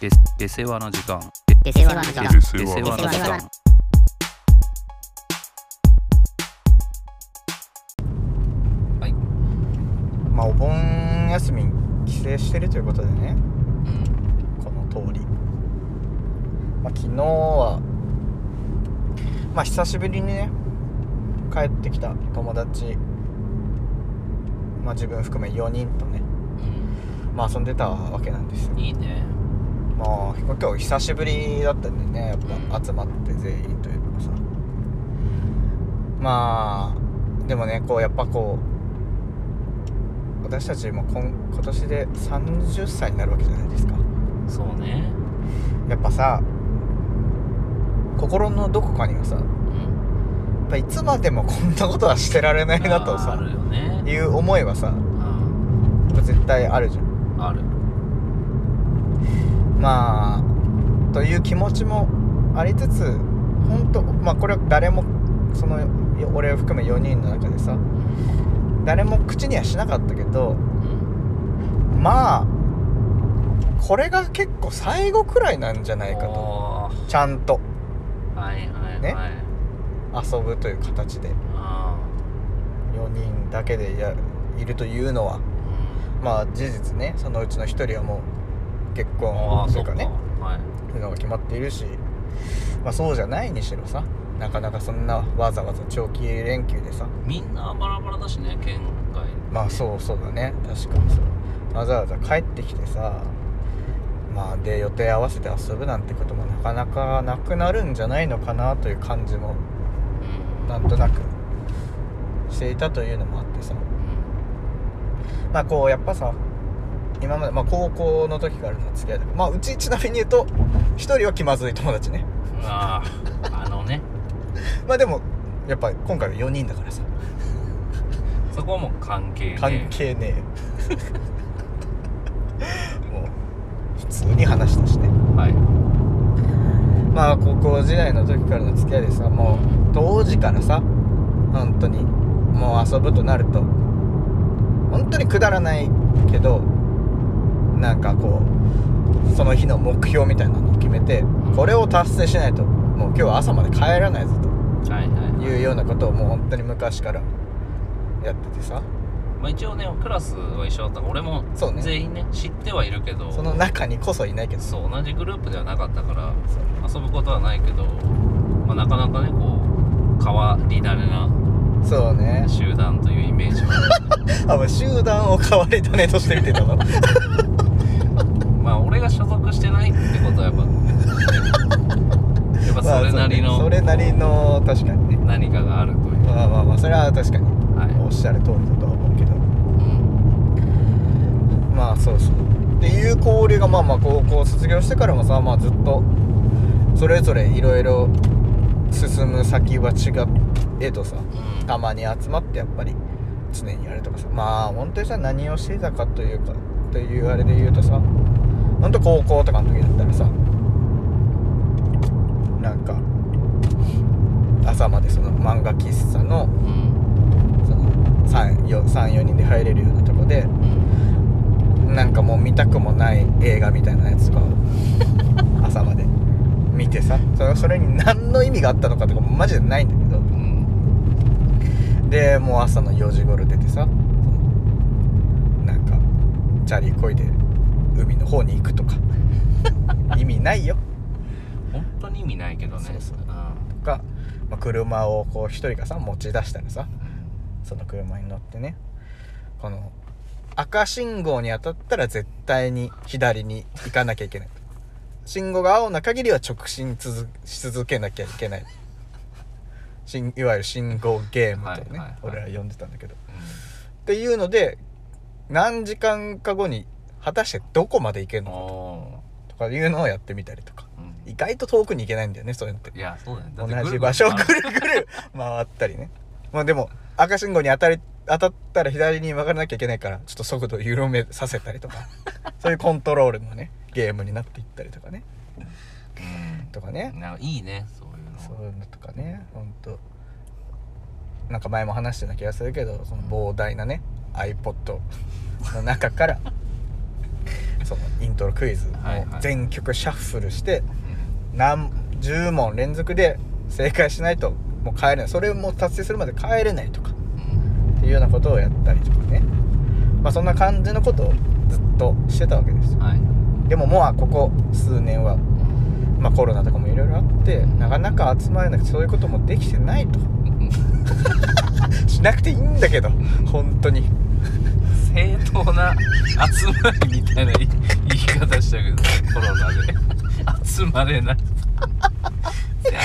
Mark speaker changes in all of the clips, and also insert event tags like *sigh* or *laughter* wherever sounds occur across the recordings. Speaker 1: で出世話の時間
Speaker 2: 出世話の時間
Speaker 3: で
Speaker 1: 出
Speaker 3: 世
Speaker 1: 世
Speaker 3: 話
Speaker 1: 話の時間
Speaker 4: まあお盆休みに帰省してるということでねこの通り、まあ、昨日はまあ久しぶりにね帰ってきた友達まあ自分含め4人とねまあ遊んでたわけなんですよ
Speaker 3: うんいいね
Speaker 4: まあ今日久しぶりだったんでねやっぱ集まって全員というかさまあでもねこうやっぱこう私たちも今今年で30歳になるわけじゃないですか
Speaker 3: そうね
Speaker 4: やっぱさ心のどこかにはさや
Speaker 3: うん
Speaker 4: っぱいつまでもこんなことはしてられないなと
Speaker 3: あ
Speaker 4: さ
Speaker 3: るよね
Speaker 4: いう思いはさ
Speaker 3: うん
Speaker 4: 絶対あるじゃん
Speaker 3: ある
Speaker 4: まあという気持ちもありつつ本当まあこれは誰もそのよ俺を含め4人の中でさ誰も口にはしなかったけど
Speaker 3: うん
Speaker 4: まあこれが結構最後くらいなんじゃないかと
Speaker 3: おー
Speaker 4: ちゃんと
Speaker 3: はいはいはい
Speaker 4: ね遊ぶという形で
Speaker 3: あ
Speaker 4: 4人だけでやいるというのは
Speaker 3: ーうん
Speaker 4: まあ事実ねそのうちの1人はもう結
Speaker 3: あ
Speaker 4: 婚
Speaker 3: ー
Speaker 4: とい
Speaker 3: そうっか
Speaker 4: かね
Speaker 3: はい
Speaker 4: っていうのが決まっているし、まあ、そうじゃないにしろさなかなかそんなわざわざ長期連休でさ
Speaker 3: みんなバラバラだしね県外
Speaker 4: まあそうそうだね確かにそうわざわざ帰ってきてさまあで予定合わせて遊ぶなんてこともなかなかなくなるんじゃないのかなという感じも
Speaker 3: うん
Speaker 4: なんとなくしていたというのもあってさまあこうやっぱさ今まで、まあ、高校の時からの付き合いだまあうちちなみに言うと1人は気まずい友達ね
Speaker 3: う
Speaker 4: *laughs*
Speaker 3: んあーあのね
Speaker 4: まあでもやっぱ今回は4人だからさ
Speaker 3: そこはもう関係ねえ
Speaker 4: 関係ねえもう普通に話したしね
Speaker 3: はい
Speaker 4: まあ高校時代の時からの付き合いでさもう当時からさ本当にもう遊ぶとなると本当にくだらないけどなんかこうその日の目標みたいなのを決めてこれを達成しないともう今日は朝まで帰らないぞ
Speaker 3: はいはい
Speaker 4: と
Speaker 3: はい
Speaker 4: いうようなことをもう本当に昔からやっててさ
Speaker 3: まあ、一応ねクラスは一緒だったから俺も
Speaker 4: そうね
Speaker 3: 全員ね知ってはいるけど
Speaker 4: その中にこそいないけど
Speaker 3: そう同じグループではなかったから
Speaker 4: そう
Speaker 3: 遊ぶことはないけど、まあ、なかなかねこう変わり種な
Speaker 4: そうね
Speaker 3: 集団というイメージは
Speaker 4: あもう集団を変わり種として見
Speaker 3: *laughs*
Speaker 4: てたの
Speaker 3: まあ俺が所属してないってことはやっぱやっぱそれなり
Speaker 4: まあ
Speaker 3: の
Speaker 4: そうねそれなりの確かにね
Speaker 3: 何かがあるという
Speaker 4: まあまあまあそれは確かにお
Speaker 3: は
Speaker 4: っしゃる通りだとは思うけど
Speaker 3: い、うん、
Speaker 4: まあそうそうっていう交流がまあまあ高校卒業してからもさまあずっとそれぞれいろいろ進む先は違えとさ
Speaker 3: うん
Speaker 4: たまに集まってやっぱり常にやるとかさまあ本当にさ何をしてたかというかというあれで言うとさ本当高校とかの時だったらさなんか朝までその漫画喫茶の
Speaker 3: うん
Speaker 4: その34人で入れるようなとこで
Speaker 3: うん
Speaker 4: なんかもう見たくもない映画みたいなやつとかを朝まで見てさそれそれに何の意味があったのかとかもマジでないんだけど
Speaker 3: うん
Speaker 4: でもう朝の4時頃出てさなんかチャリこいで海の方に行くとか意味ないよ
Speaker 3: 本当に意味ないけどね
Speaker 4: そうそ
Speaker 3: う
Speaker 4: う
Speaker 3: ん
Speaker 4: とか、まあ車をこう一人がさ持ち出したらさその車に乗ってねこの赤信号に当たったら絶対に左に行かなきゃいけない信号が青な限りは直進続し続けなきゃいけない信いわゆる信号ゲームと
Speaker 3: はいは
Speaker 4: ね、
Speaker 3: いはい
Speaker 4: 俺は呼んでたんだけどっていうので何時間か後に果たしてどこまで行ける
Speaker 3: うん、
Speaker 4: の
Speaker 3: お
Speaker 4: とかいうのをやってみたりとか
Speaker 3: ーうん
Speaker 4: 意外と遠くに行けないんだよねそういうのって
Speaker 3: いやそうだねだ
Speaker 4: 同
Speaker 3: って
Speaker 4: じ場所を
Speaker 3: ぐるぐる回る
Speaker 4: ぐるぐる回ったりねまあでも赤信号に当たり当たったら左に曲がらなきゃいけないからちょっと速度を緩めさせたり
Speaker 3: *laughs*
Speaker 4: とかそういうコントロールのねゲームになっていったりとかね
Speaker 3: うん
Speaker 4: とかね
Speaker 3: なんかいいねそういうの
Speaker 4: そういうのとかねほんとなんか前も話してた気がするけ
Speaker 3: *laughs*
Speaker 4: どその膨大なね iPod の中からそのイントロクイズを
Speaker 3: はいはい
Speaker 4: 全曲シャッフルして
Speaker 3: うん
Speaker 4: 何10問連続で正解しないともう帰れないそれも達成するまで帰れないとかっていうようなことをやったりとかねまあそんな感じのことをずっとしてたわけです
Speaker 3: うんはい
Speaker 4: でももうあここ数年は、まあ、コロナとかもいろいろあってなかなか集まれなくてそういうこともできてない
Speaker 3: *laughs*
Speaker 4: としなくていいんだけど本当に
Speaker 3: 正当な集まりみたいな言い言い方したけどコロナで集まれないいや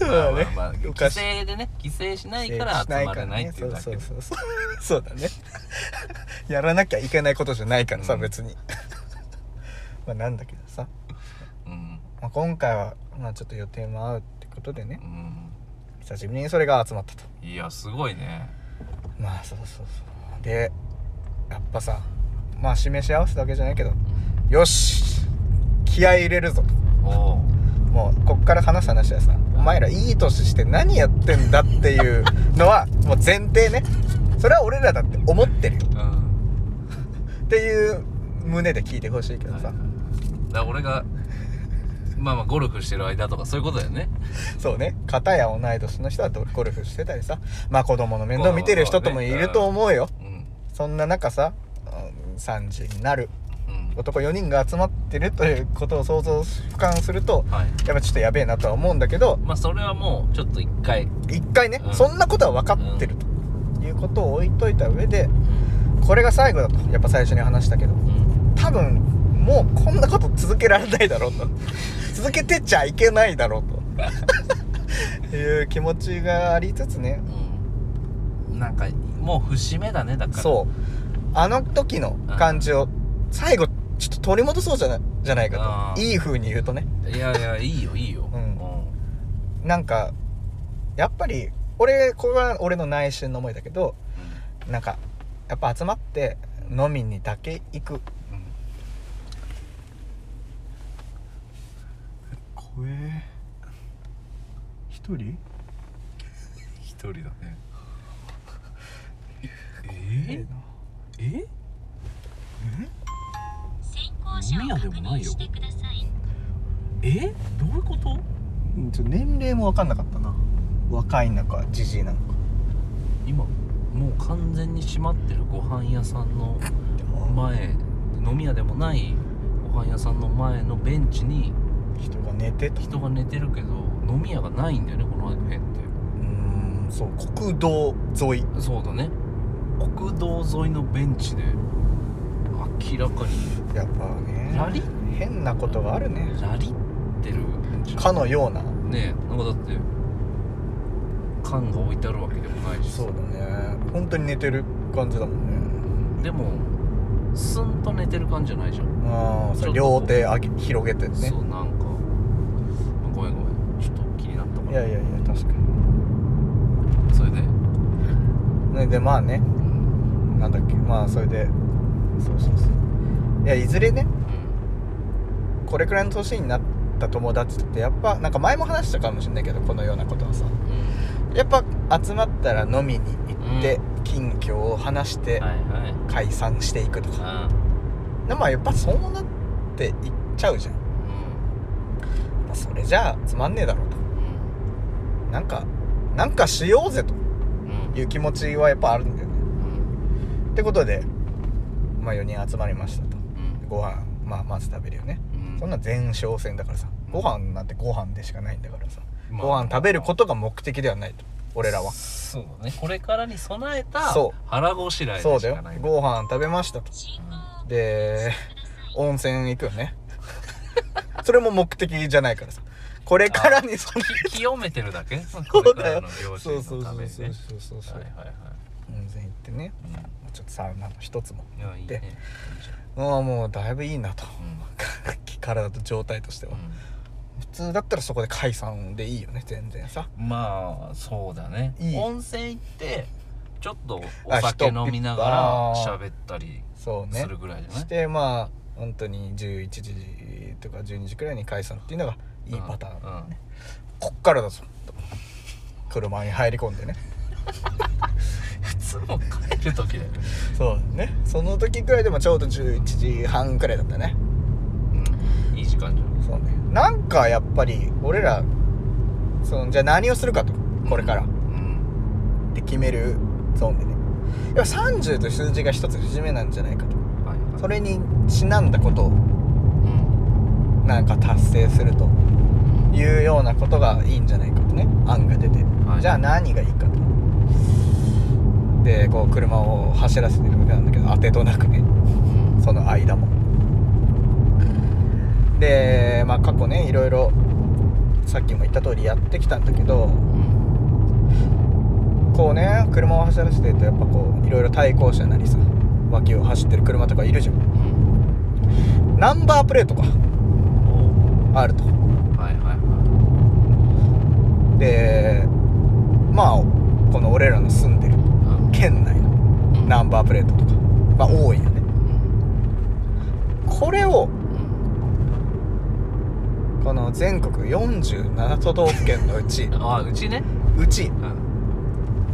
Speaker 3: まあまあまあ
Speaker 4: そうねお
Speaker 3: 規
Speaker 4: かしい
Speaker 3: 制でね規制しないから集まれないっていうだけ
Speaker 4: そう
Speaker 3: で
Speaker 4: そうそうそうそうだね *laughs* やらなきゃいけないことじゃないからさ、
Speaker 3: うん
Speaker 4: 別に *laughs* まあなんだけどさ、
Speaker 3: うん
Speaker 4: まあ、今回は、まあ、ちょっと予定も合うってことでね
Speaker 3: うん
Speaker 4: 久しぶりにそれが集まったと
Speaker 3: いやすごいね
Speaker 4: まあそうそうそうでやっぱさまあ示し合わせだけじゃないけどよし気合い入れるぞと
Speaker 3: おう
Speaker 4: もうこっから話す話はさお前らいい年して何やってんだっていうのは *laughs* もう前提ねそれは俺らだって思ってるよ
Speaker 3: うん
Speaker 4: っていう胸で聞いてほしいけど
Speaker 3: はい
Speaker 4: さ、
Speaker 3: はいだから俺がまあまあゴルフしてる間とかそういうことだよね
Speaker 4: そうね片や同い年の人はゴルフしてたりさまあ子供の面倒見てる人ともいると思うよ
Speaker 3: うん
Speaker 4: そんな中さうん30になる
Speaker 3: うん
Speaker 4: 男4人が集まってるということを想像俯瞰すると
Speaker 3: はい
Speaker 4: やっぱちょっとやべえなとは思うんだけど
Speaker 3: まあそれはもうちょっと一回
Speaker 4: 一回ね、
Speaker 3: うん
Speaker 4: そんなことは分かってるということを置いといた上でこれが最後だとやっぱ最初に話したけど
Speaker 3: うん
Speaker 4: 多分もうこんなこと続けられないだろうと *laughs* 続けてちゃいけないだろうと *laughs* いう気持ちがありつつね
Speaker 3: うんなんかもう節目だねだから
Speaker 4: そうあの時の感じを最後ちょっと取り戻そうじゃないじゃないか
Speaker 3: あ
Speaker 4: と
Speaker 3: ー
Speaker 4: いい風に言うとね
Speaker 3: いやいやいいよいいよ、
Speaker 4: う
Speaker 3: うんん
Speaker 4: なんかやっぱり俺これは俺の内心の思いだけどなんかやっぱ集まって飲みにだけ行く怖え一人
Speaker 3: 一人だね
Speaker 4: え
Speaker 3: ええ
Speaker 1: 先行車を確認してください。
Speaker 3: ええどういうこと
Speaker 4: ちょ年齢も分かんなかったな若いのかじじいなのか
Speaker 3: 今もう完全に閉まってるご飯屋さんの前飲み屋でもないご飯屋さんの前のベンチに
Speaker 4: 人が寝てた
Speaker 3: 人が寝てるけど飲み屋がないんだよねこの辺って
Speaker 4: うーんそう国道沿い
Speaker 3: そうだね国道沿いのベンチで明らかに
Speaker 4: やっぱね
Speaker 3: ラリ
Speaker 4: 変なことがあるね
Speaker 3: ラリってるんじゃん
Speaker 4: かのような
Speaker 3: ねえなんかだって缶が置いてあるわけでもないしさ
Speaker 4: そうだね本当に寝てる感じだもんね
Speaker 3: でもスンと寝てる感じじゃないじゃん、
Speaker 4: ああそれ
Speaker 3: ちょ
Speaker 4: 両
Speaker 3: っとこう
Speaker 4: 手上げ広げてね
Speaker 3: そうなんかごめんごめんちょっと気になったか
Speaker 4: い
Speaker 3: ら
Speaker 4: やいやいや確か
Speaker 3: それで、
Speaker 4: にねでまあね
Speaker 3: うん
Speaker 4: なんだっけまあそれでそうそうそういやいずれねこれくらいの年になった友達ってやっぱなんか前も話したかもしれないけどこのようなことはさやっぱ集まったら飲みに行って、近況を話して
Speaker 3: はいはい
Speaker 4: 解散していくとか、
Speaker 3: あ
Speaker 4: でまあやっぱそうなっていっちゃうじゃん、
Speaker 3: ーうん
Speaker 4: まあそれじゃあつまんねえだろうと
Speaker 3: うん
Speaker 4: なんかなんかしようぜと
Speaker 3: うん
Speaker 4: いう気持ちはやっぱあるんだよね
Speaker 3: うん
Speaker 4: ってことでまあ4人集まりましたと
Speaker 3: うん
Speaker 4: ご飯まあまず食べるよね
Speaker 3: うん
Speaker 4: そんな前哨戦だからさ
Speaker 3: うん
Speaker 4: ご飯なんてご飯でしかないんだからさ
Speaker 3: まあ
Speaker 4: ご飯食べることが目的ではないと俺らは
Speaker 3: そうだねこれからに備えた
Speaker 4: そ
Speaker 3: 腹ごしらえで
Speaker 4: そうだ
Speaker 3: し
Speaker 4: よ
Speaker 3: かない
Speaker 4: ご飯食べましたと
Speaker 1: 信号を
Speaker 4: で
Speaker 1: ください。
Speaker 4: 温泉行くよね *laughs* それも目的じゃないからさこれからにその
Speaker 3: き清めてるだけこ
Speaker 4: そう
Speaker 3: れ
Speaker 4: だ
Speaker 3: か
Speaker 4: よ
Speaker 3: らの両
Speaker 4: そう
Speaker 3: 親
Speaker 4: そう
Speaker 3: の
Speaker 4: そ
Speaker 3: た
Speaker 4: う
Speaker 3: めに
Speaker 4: そう
Speaker 3: ね
Speaker 4: そうそうそう
Speaker 3: はいはいはい
Speaker 4: 温泉行ってねちょっとサウナの一つも
Speaker 3: うんいやいいねいいじ
Speaker 4: もうもうだいぶいいなと *laughs*
Speaker 3: ゃんうん
Speaker 4: 体と状態としては普通だったらそこで解散でいいよね全然さ
Speaker 3: うんまあそうだね
Speaker 4: いい
Speaker 3: 温泉行ってちょっとお
Speaker 4: あ
Speaker 3: 酒
Speaker 4: 人
Speaker 3: 飲みなが
Speaker 4: あ
Speaker 3: ら
Speaker 4: ー
Speaker 3: 喋ったり
Speaker 4: そうね
Speaker 3: するぐらいじゃない
Speaker 4: してまあ本当に11時とか12時くらいに解散っていうのがいいパターン、
Speaker 3: ーン
Speaker 4: こっからだぞと車に入り込んでね
Speaker 3: 普通も帰る時だよね
Speaker 4: そうねその時くらいでもちょうど11時半くらいだったね
Speaker 3: ったんじゃん
Speaker 4: そうねなんかやっぱり俺らそのじゃあ何をするかとこれから
Speaker 3: うん
Speaker 4: って決めるゾーンでねやっぱ30という数字が一つ節目なんじゃないかと
Speaker 3: はいはい
Speaker 4: それにちなんだことを
Speaker 3: うん
Speaker 4: なんか達成すると
Speaker 3: うん
Speaker 4: いうようなことがいいんじゃないかとね案が出て、
Speaker 3: はい
Speaker 4: じゃあ何がいいかとでこう車を走らせてるわけなんだけど当てとなくね
Speaker 3: うん
Speaker 4: その間もでまあ過去ねいろいろさっきも言った通りやってきたんだけど
Speaker 3: うん
Speaker 4: こうね車を走らせてるとやっぱこういろいろ対向車なりさ脇を走ってる車とかいるじゃん
Speaker 3: うん
Speaker 4: ナンバープレートが
Speaker 3: お
Speaker 4: あると
Speaker 3: うはいはいはい
Speaker 4: でまあこの俺らの住んでる
Speaker 3: うん
Speaker 4: 県内の
Speaker 3: うん
Speaker 4: ナンバープレートとかが多いよね
Speaker 3: うん
Speaker 4: これを
Speaker 3: うん
Speaker 4: この全国47都道府県のうち *laughs*
Speaker 3: あうちね
Speaker 4: うち
Speaker 3: うん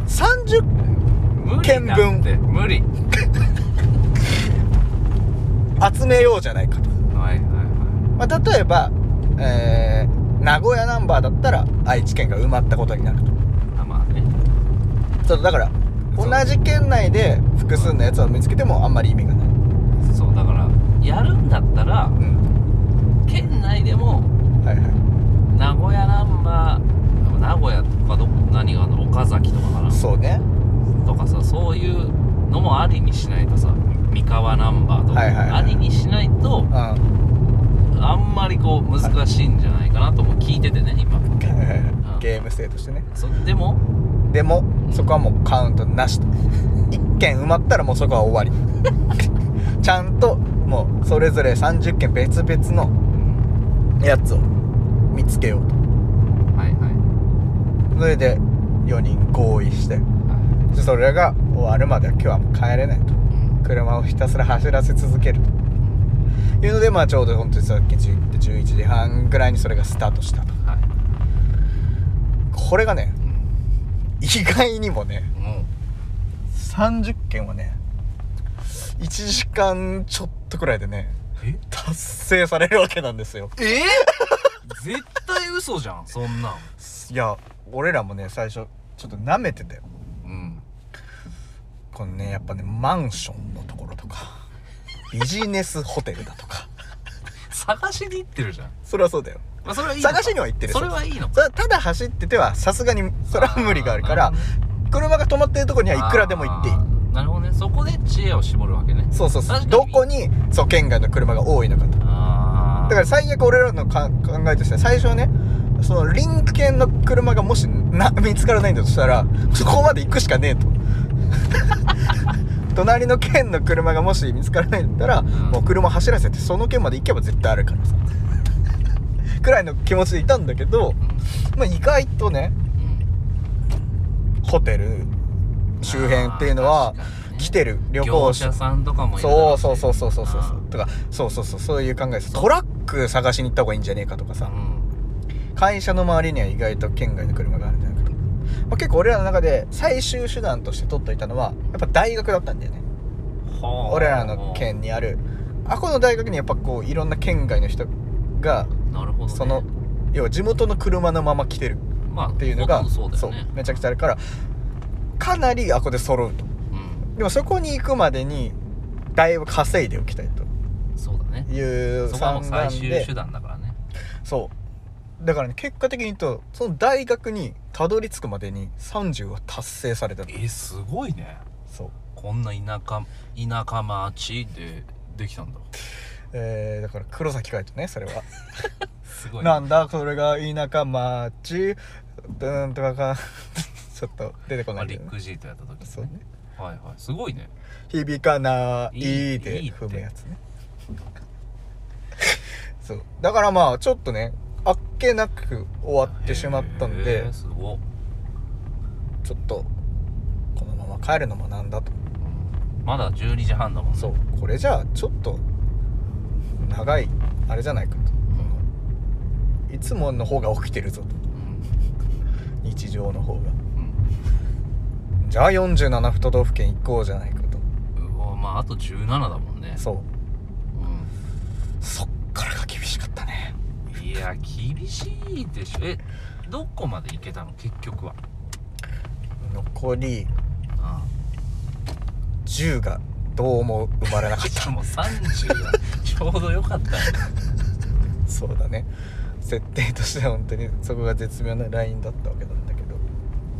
Speaker 4: 30
Speaker 3: 無理だ
Speaker 4: 見
Speaker 3: って無理
Speaker 4: 集めようじゃないかと、
Speaker 3: はいはいは
Speaker 4: まあ、例えば、えー名古屋ナンバーだったら愛知県が埋まったことになると
Speaker 3: いあまあね
Speaker 4: そうだから同
Speaker 3: そう
Speaker 4: じ県内で複数のやつを見つけてもあんまり意味がない、
Speaker 3: そうだからやるんだったら
Speaker 4: うん、
Speaker 3: 県内でも
Speaker 4: はいはい
Speaker 3: 名古屋ナンバー名古屋とかどこ何があるの岡崎とかかな
Speaker 4: そうね
Speaker 3: とかさそういうのもありにしないとさ三河ナンバーとか
Speaker 4: はいはいはい
Speaker 3: ありにしないと
Speaker 4: うんはい
Speaker 3: あんまりこう難しいんじゃないかなとも聞いててね今
Speaker 4: はいはい
Speaker 3: ん
Speaker 4: *laughs* ゲーム性としてね
Speaker 3: そでも
Speaker 4: でもそこはもうカウントなしと1件埋まったらもうそこは終わりちゃんともうそれぞれ30件別々
Speaker 3: う
Speaker 4: の
Speaker 3: ん
Speaker 4: やつを見つけようと
Speaker 3: はいはい
Speaker 4: それで4人合意して
Speaker 3: は
Speaker 4: でそれが終わるまでは今日はもう帰れない
Speaker 3: い
Speaker 4: と
Speaker 3: うん
Speaker 4: 車をひたすら走らせ続けるというのでまあちょうど本当にさっき10 11時半ぐらいにそれがスタートしたと
Speaker 3: はい
Speaker 4: これがね
Speaker 3: うん
Speaker 4: 意外にもね
Speaker 3: も
Speaker 4: 30件はね1時間ちょっとくらいでね
Speaker 3: うえ
Speaker 4: 達成されるわけなんですよ
Speaker 3: え絶対嘘じゃんそんなん
Speaker 4: いや俺らもね最初ちょっと舐めてたよ
Speaker 3: うん
Speaker 4: このねやっぱねマンションのところとかビジネスホテルだとか
Speaker 3: 探しに行ってるじゃん、
Speaker 4: それはそうだよ
Speaker 3: まあ、それはいいのか
Speaker 4: 探しには行ってる
Speaker 3: それはいいのか
Speaker 4: それはただ走っててはさすがにそれは無理があるか
Speaker 3: ーな
Speaker 4: ら
Speaker 3: ほどね
Speaker 4: 車が止まってるとこにはいくらでも行っていい
Speaker 3: あーなるほどねそこで知恵を絞るわけね
Speaker 4: そうそうそ
Speaker 3: 確
Speaker 4: う
Speaker 3: かに
Speaker 4: どこにそう県外の車が多いのかと
Speaker 3: ああ
Speaker 4: だから最悪俺らのか考えとしては最初はねそのリンク系の車がもしな *laughs* 見つからないんだとしたらそこまで行くしかねえと *laughs* 隣の県の車がもし見つからないんだったら、もう車走らせてその県まで行けば絶対あるからさ *laughs* くらいの気持ちでいたんだけど、まあ、意外とねホテル周辺っていうのは来て
Speaker 3: る
Speaker 4: る
Speaker 3: 旅
Speaker 4: 旅
Speaker 3: 行
Speaker 4: 行
Speaker 3: 者
Speaker 4: 者
Speaker 3: さんとかもいるだろ
Speaker 4: そうそうそうそうそうそう
Speaker 3: あ
Speaker 4: とかそうそうそうそういう考えですトラック探しに行った方がいいんじゃねえかとかさ、
Speaker 3: ーうん
Speaker 4: 会社の周りには意外と県外の車があるんじゃないかと、まあ、結構俺らの中で最終手段として取っといたのはやっぱ大学だったんだよね
Speaker 3: ほう
Speaker 4: 俺らの県にあるあこの大学にやっぱこういろんな県外の人が
Speaker 3: なるほど、ね、
Speaker 4: その要は地元の車のまま来てる
Speaker 3: まあ
Speaker 4: っていうの
Speaker 3: ほ
Speaker 4: が
Speaker 3: とんどそうだよね
Speaker 4: めちゃくちゃあるからかなりあここで揃うと
Speaker 3: うん
Speaker 4: でもそこに行くまでにだいぶ稼いでおきたいと
Speaker 3: そうだね
Speaker 4: いう
Speaker 3: そこはも
Speaker 4: 算
Speaker 3: う最
Speaker 4: 段
Speaker 3: 終
Speaker 4: で
Speaker 3: 手段だからね
Speaker 4: そうだからね結果的に言うとその大学にたどり着くまでに30は達成されたの
Speaker 3: えすごいね
Speaker 4: そう、
Speaker 3: こんな田舎田舎町でできたんだ
Speaker 4: えー、だから黒崎海人ねそれは
Speaker 3: すごいね
Speaker 4: なんだこれが田舎町うーんとか *laughs* かちょっと出てこ
Speaker 3: ま
Speaker 4: な
Speaker 3: あ
Speaker 4: いけ
Speaker 3: リ
Speaker 4: ど、
Speaker 3: ッ
Speaker 4: ね、
Speaker 3: クジートやった時、ね、
Speaker 4: そうね
Speaker 3: はいはいすごいね
Speaker 4: 響かない
Speaker 3: いい
Speaker 4: いいで
Speaker 3: いいって
Speaker 4: 踏むやつねそうだからまあちょっとねあっけなく終わってしまったん
Speaker 3: へ
Speaker 4: で
Speaker 3: ーすごっ
Speaker 4: ちょっとこのまま帰るのもなんだと
Speaker 3: うんまだ12時半だもんね
Speaker 4: そうこれじゃあちょっと長いあれじゃないか
Speaker 3: うん
Speaker 4: といつもの方が起きてるぞと日常の方が
Speaker 3: うん
Speaker 4: じゃあ47都道府県行こうじゃないかと
Speaker 3: うんうわまああと17だもんね
Speaker 4: そう
Speaker 3: うん
Speaker 4: そっからが厳しかったね
Speaker 3: いや厳しいでしょえどこまで行けたの結局は
Speaker 4: 残り
Speaker 3: あ
Speaker 4: 10がどうも生まれなかっ
Speaker 3: あ *laughs* したかも30だちょうどよかったね
Speaker 4: そうだね設定としては本当にそこが絶妙なラインだったわけなんだけど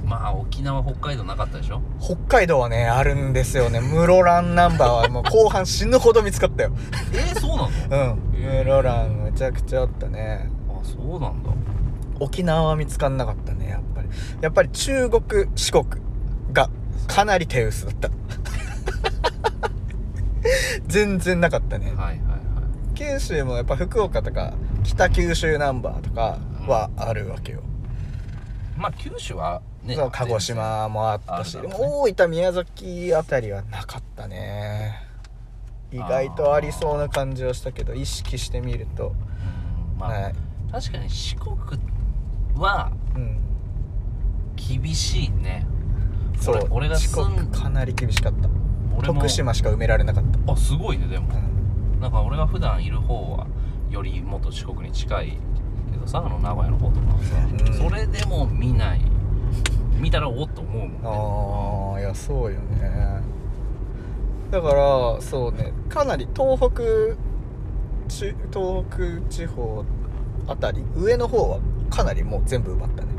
Speaker 3: まあ沖縄北海道なかったでしょ
Speaker 4: 北海道はねあるんですよね室蘭ナンバーはもう後半死ぬほど見つかったよ
Speaker 3: えー、そうなの
Speaker 4: *laughs* うん
Speaker 3: へー
Speaker 4: 室蘭めちゃくちゃあったね
Speaker 3: あそうなんだ
Speaker 4: 沖縄は見つかんなかったねやっぱりやっぱり中国四国がかなり手薄だった *laughs* 全然なかったね
Speaker 3: はいはいはい
Speaker 4: 九州もやっぱ福岡とか北九州ナンバーとかはあるわけよ、
Speaker 3: まあ九州はね
Speaker 4: そう鹿児島もあったし、
Speaker 3: あ
Speaker 4: で
Speaker 3: るだろうね
Speaker 4: も大分宮崎あたりはなかったね意外とありそうな感じはしたけど意識してみると、
Speaker 3: うんまあ、
Speaker 4: はい、
Speaker 3: 確かに四国は
Speaker 4: うん、
Speaker 3: 厳しいね
Speaker 4: そう
Speaker 3: 俺俺が
Speaker 4: 四
Speaker 3: 住ん
Speaker 4: 国かなり厳しかった
Speaker 3: 俺も
Speaker 4: 徳島しか埋められなかった、
Speaker 3: あすごいねでも
Speaker 4: うん
Speaker 3: なんか俺が普段いる方はよりもっと四国に近いけどさあの名古屋の方とかはさ、
Speaker 4: うん
Speaker 3: それでも見ない見たらおっと思うもんね
Speaker 4: ああいやそうよねだからそうねかなり東北ち東北地方あたり上の方はかなりもう全部埋まったね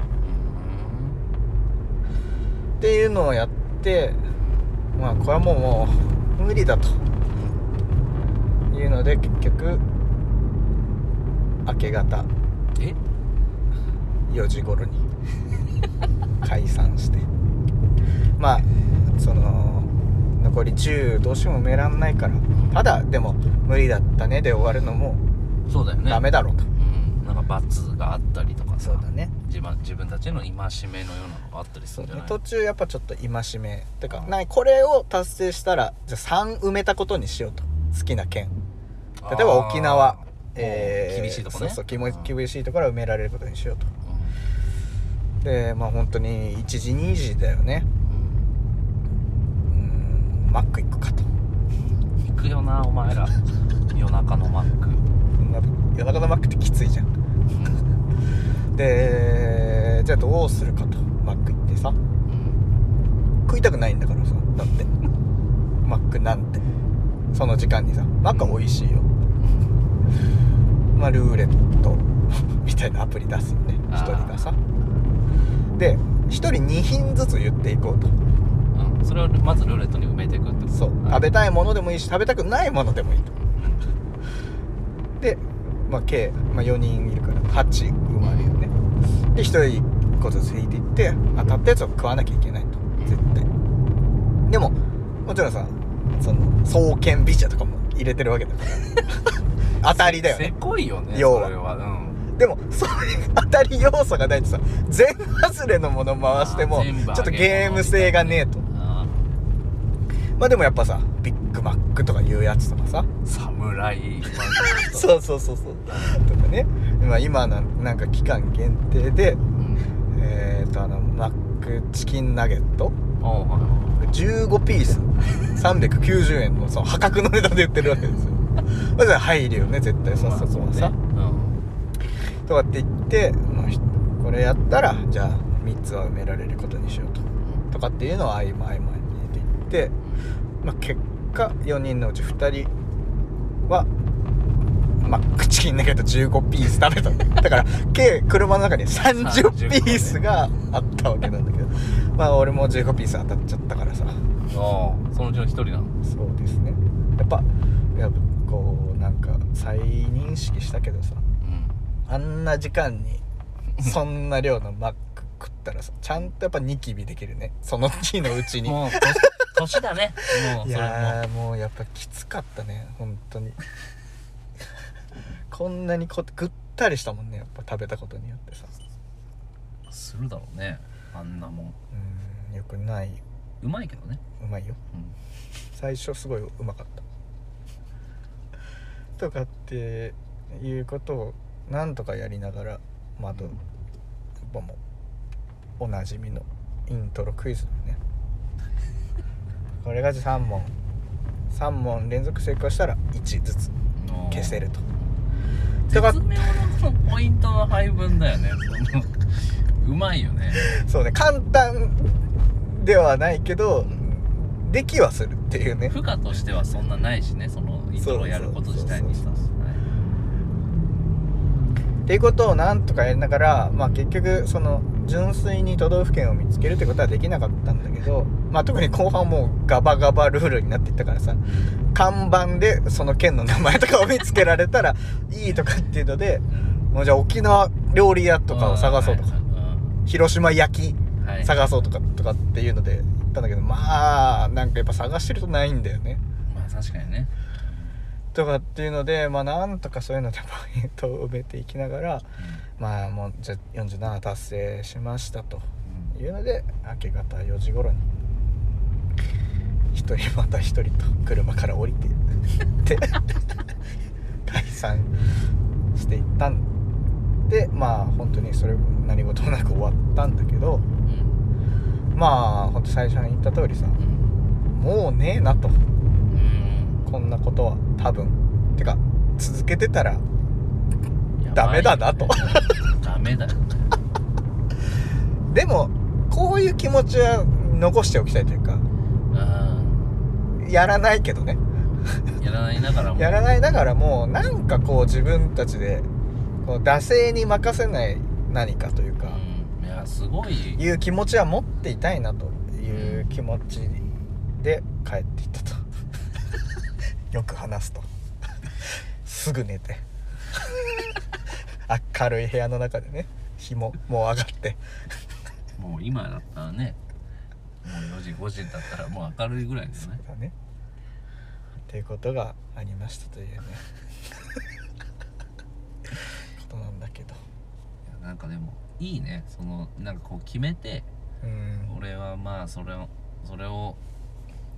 Speaker 4: っていうのをやってまあこれはもうもう無理だというので結局明け方
Speaker 3: うんえ
Speaker 4: 4時頃に解散してまあその残り10どうしても埋めらんないからただでも無理だったねで終わるのも
Speaker 3: そうだよね
Speaker 4: ダメだろうと、
Speaker 3: うんなんか罰があったりとかさ
Speaker 4: そうだね
Speaker 3: 自分自分たちの戒めのようなのがあったりす
Speaker 4: そ
Speaker 3: る
Speaker 4: う
Speaker 3: じゃ
Speaker 4: んね
Speaker 3: ない
Speaker 4: 途中やっぱちょっと戒めてか
Speaker 3: うん
Speaker 4: ないこれを達成したらじゃあ3埋めたことにしようと好きな県例えば沖縄
Speaker 3: あー、
Speaker 4: えー
Speaker 3: 厳しいとこね
Speaker 4: そうそうきも
Speaker 3: うん
Speaker 4: 厳しいところは埋められることにしようとでまあ本当に1時2時だよね
Speaker 3: うん
Speaker 4: うんマック行くかと
Speaker 3: うん行くよなお前ら夜中のマック、う
Speaker 4: そんな夜中のマックってきついじゃん
Speaker 3: ん
Speaker 4: でじゃあどうするかとマック行ってさ
Speaker 3: うん
Speaker 4: 食いたくないんだからさだって
Speaker 3: *laughs*
Speaker 4: マックなんてその時間にさマックは美味しいよ、
Speaker 3: うん
Speaker 4: まあ、ルーレット *laughs* みたいなアプリ出すよね
Speaker 3: あ
Speaker 4: 一
Speaker 3: ー
Speaker 4: 人がさで一人2品ずつ言っていこうと
Speaker 3: うん、それをまずルーレットに埋めていくってこと
Speaker 4: そう
Speaker 3: はい
Speaker 4: 食べたいものでもいいし食べたくないものでもいいと
Speaker 3: うん
Speaker 4: で、まあ、計、まあ、4人いるから8生まれるよねで1人1個ずつ引いていって当たったやつを食わなきゃいけないと絶対でももちろんさその双剣美茶とかも入れてるわけだから *laughs* 当たりだよ
Speaker 3: せ
Speaker 4: ね
Speaker 3: こいよね
Speaker 4: 要は
Speaker 3: それは、うん、
Speaker 4: でもそういう当たり要素がないとさ全外れのもの回しても
Speaker 3: あー全部
Speaker 4: ちょっとゲーム性がねえと
Speaker 3: あ
Speaker 4: まあでもやっぱさビッグマックとかいうやつとかさ
Speaker 3: ー侍
Speaker 4: そうそうそうそうとかね、まあ、今のなんか期間限定で
Speaker 3: うん
Speaker 4: えー、とあのマックチキンナゲット
Speaker 3: おうはいはい
Speaker 4: 15ピース390円のその破格の値段で売ってるわけですよまず入るよね絶対さ
Speaker 3: まあ
Speaker 4: そこはさ、
Speaker 3: そうねうん
Speaker 4: とかって言って、まあ、ひこれやったらじゃあ3つは埋められることにしようととかっていうのを合間合間に入れていって、まあ、結果4人のうち2人はマックチキンナゲット15ピース食べたんだよだから計車の中に30ピースがあったわけなんだけどまあ俺も15ピース当たっちゃったからさ
Speaker 3: おうそのうちの一人なの
Speaker 4: そうですねやっぱやっぱこうなんか再認識したけどさ
Speaker 3: うん
Speaker 4: あんな時間にそんな量のマック食ったらさちゃんとやっぱニキビできるねその日のうちに
Speaker 3: もう
Speaker 4: *laughs*
Speaker 3: 年年だねもう
Speaker 4: い
Speaker 3: それも
Speaker 4: やーもうやっぱきつかったね本当に *laughs* こんなにこぐったりしたもんねやっぱ食べたことによってさ
Speaker 3: するだろうねあんなもん
Speaker 4: うんよくないう
Speaker 3: まいけどね、
Speaker 4: まいよ
Speaker 3: うん
Speaker 4: 最初すごいうまかった *laughs* とかっていうことをなんとかやりながらまああとやっぱもうおなじみのイントロクイズだねこれが3問3問連続成功したら1ずつ消せるとだから
Speaker 3: 絶妙なこのポイントの配分だよねそのうまいよね
Speaker 4: そうね簡単ではないけどできはするっていうね
Speaker 3: 負荷としてはそんなないしねそのイントロをやること自体にさ
Speaker 4: そう
Speaker 3: はい
Speaker 4: っていうことをなんとかやりながら、まあ、結局その純粋に都道府県を見つけるってことはできなかったんだけど、まあ、特に後半もうガバガバルールになっていったからさ看板でその県の名前とかを見つけられた *laughs* らいいとかっていうのでもうじゃあ沖縄料理屋とかを探そうとか、広島焼
Speaker 3: う
Speaker 4: き
Speaker 3: んはい
Speaker 4: 探そうとかとかっていうので行ったんだけどまあなんかやっぱ探してるとないんだよね。
Speaker 3: まあ確かにね
Speaker 4: とかっていうのでまあなんとかそういうのでポイントを埋めていきながらまあもうじゃあ47達成しましたというので明け方4時頃に一人また一人と車から降りてで解散していったんでまあ本当にそれも何事もなく終わったんだけど
Speaker 3: うんうん
Speaker 4: まあ本当最初に言った通りさ
Speaker 3: うん
Speaker 4: もうねえなと
Speaker 3: うん
Speaker 4: こんなことは多分てか続けてたら
Speaker 3: やばいよね
Speaker 4: ダメだなと
Speaker 3: ダメだよね
Speaker 4: でもこういう気持ちは残しておきたいというか
Speaker 3: うん
Speaker 4: やらないけどね
Speaker 3: やらないながらも
Speaker 4: やらないながらもなんかこう自分たちでこう惰性に任せない何かというか
Speaker 3: うんいやすごい
Speaker 4: いう気持ちは持っていたいなという気持ちで帰っていった
Speaker 3: *laughs*
Speaker 4: とよく話すとすぐ寝て明るい部屋の中でね日ももう上がって
Speaker 3: もう今だったらねもう4時5時だったらもう明るいぐらいですね
Speaker 4: だねっていうことがありましたというねことなんだけど
Speaker 3: いやなんかでもいいねそのなんかこう決めて
Speaker 4: うん
Speaker 3: 俺はまあそれをそれを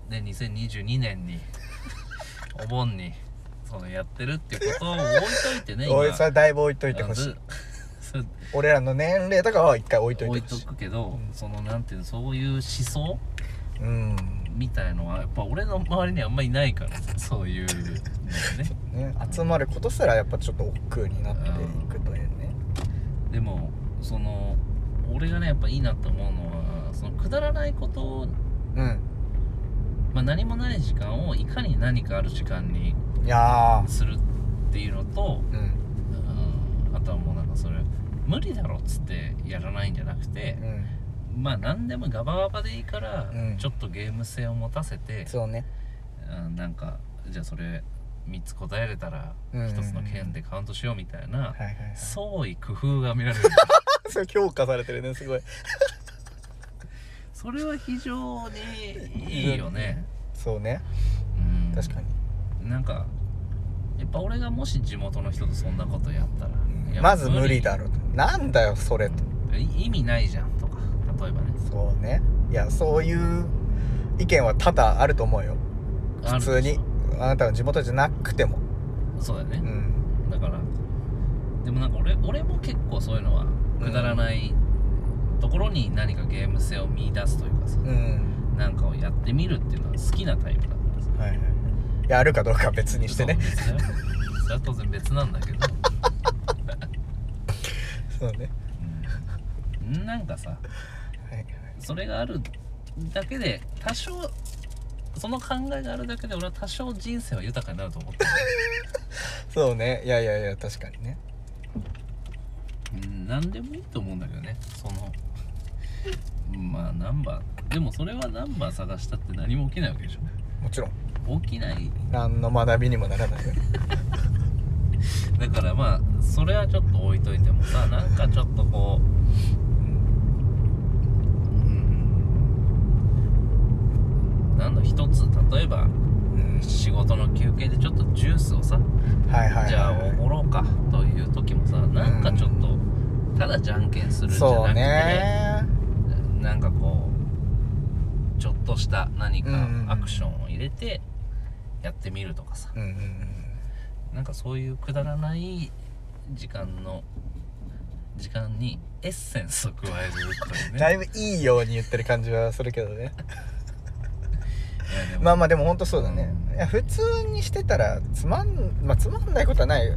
Speaker 3: ね2022年に *laughs* お盆にそのやってるってことを置いといてね
Speaker 4: おいそれだいぶ *laughs* 置いといてほし
Speaker 3: ず
Speaker 4: い
Speaker 3: それ
Speaker 4: 俺らの年齢とかは一回置いとい
Speaker 3: 置
Speaker 4: て
Speaker 3: い
Speaker 4: ほ
Speaker 3: と
Speaker 4: しい
Speaker 3: くけど、
Speaker 4: うん
Speaker 3: そのなんていうのそういう思想
Speaker 4: うん
Speaker 3: みたいのはやっぱ俺の周りにあんまいないからそういうのね
Speaker 4: ね集まることすらやっぱちょっと億劫になっていくというね
Speaker 3: でもその俺がねやっぱいいなと思うのはそのくだらないことを、
Speaker 4: うん
Speaker 3: まあ、何もない時間をいかに何かある時間に
Speaker 4: いや
Speaker 3: するっていうのと
Speaker 4: ーうん
Speaker 3: うんあとはもうなんかそれ無理だろっつってやらないんじゃなくて
Speaker 4: う、ん
Speaker 3: まあ何でもガバガバでいいから、
Speaker 4: うん
Speaker 3: ちょっとゲーム性を持たせて、
Speaker 4: そうね
Speaker 3: うん、なんかじゃあそれ3つ答えれたら
Speaker 4: うん
Speaker 3: 1つの剣でカウントしようみたいな、
Speaker 4: はいはいはい *laughs*
Speaker 3: 創意工夫が見られる
Speaker 4: それ評価されてるねすごい
Speaker 3: それは非常にいいよね、
Speaker 4: そうね
Speaker 3: うん、
Speaker 4: 確かに
Speaker 3: になんかやっぱ俺がもし地元の人とそんなことやったら、いや
Speaker 4: まず無理だろうとなんだよそれと
Speaker 3: い意味ないじゃんとか例えばね
Speaker 4: そうねいやそういう意見は多々あると思うよ普通にあなたの地元じゃなくても
Speaker 3: そうだよ
Speaker 4: う
Speaker 3: ね、
Speaker 4: ん
Speaker 3: だからでもなんか俺俺も結構そういうのはくだらないところに何かゲーム性を見出すというかさ、
Speaker 4: うん
Speaker 3: なんかをやってみるっていうのは好きなタイプだからさ
Speaker 4: はいはいいやあるかどうかは別にしてね
Speaker 3: そうそれはそれは当然別なんだ
Speaker 4: *laughs*
Speaker 3: けど、
Speaker 4: そうね
Speaker 3: うん、なんかさ
Speaker 4: はいはい
Speaker 3: それがあるだけで多少その考えがあるだけで俺は多少人生は豊かになると思って
Speaker 4: そうねいやいやいや確かにね
Speaker 3: る、うん、何でもいいと思うんだけどねそのまあナンバーでもそれはナンバー探したって何も起きないわけでし
Speaker 4: もちろん
Speaker 3: ょ起きない
Speaker 4: 何の学びにもならないよ
Speaker 3: だからまあそれはちょっと置いといてもさなんかちょっとこううんなんだ一つ例えば
Speaker 4: うん
Speaker 3: 仕事の休憩でちょっとジュースをさ
Speaker 4: はいはいはいはい
Speaker 3: じゃあおごろうかという時もさなんかちょっとただじゃんけんするんじゃなく
Speaker 4: そう
Speaker 3: て、
Speaker 4: ね
Speaker 3: なんかこうちょっとした何
Speaker 4: うん
Speaker 3: か
Speaker 4: うんうん
Speaker 3: アクションを入れてやってみるとかさ
Speaker 4: うんうんうん
Speaker 3: なんかそういうくだらない時間の時間にエッセンスを加えるというね
Speaker 4: だいぶいいように言ってる感じはするけどね
Speaker 3: いやでも
Speaker 4: まあまあでもほんとそうだねいや普通にしてたらつまんまあつまんないことはない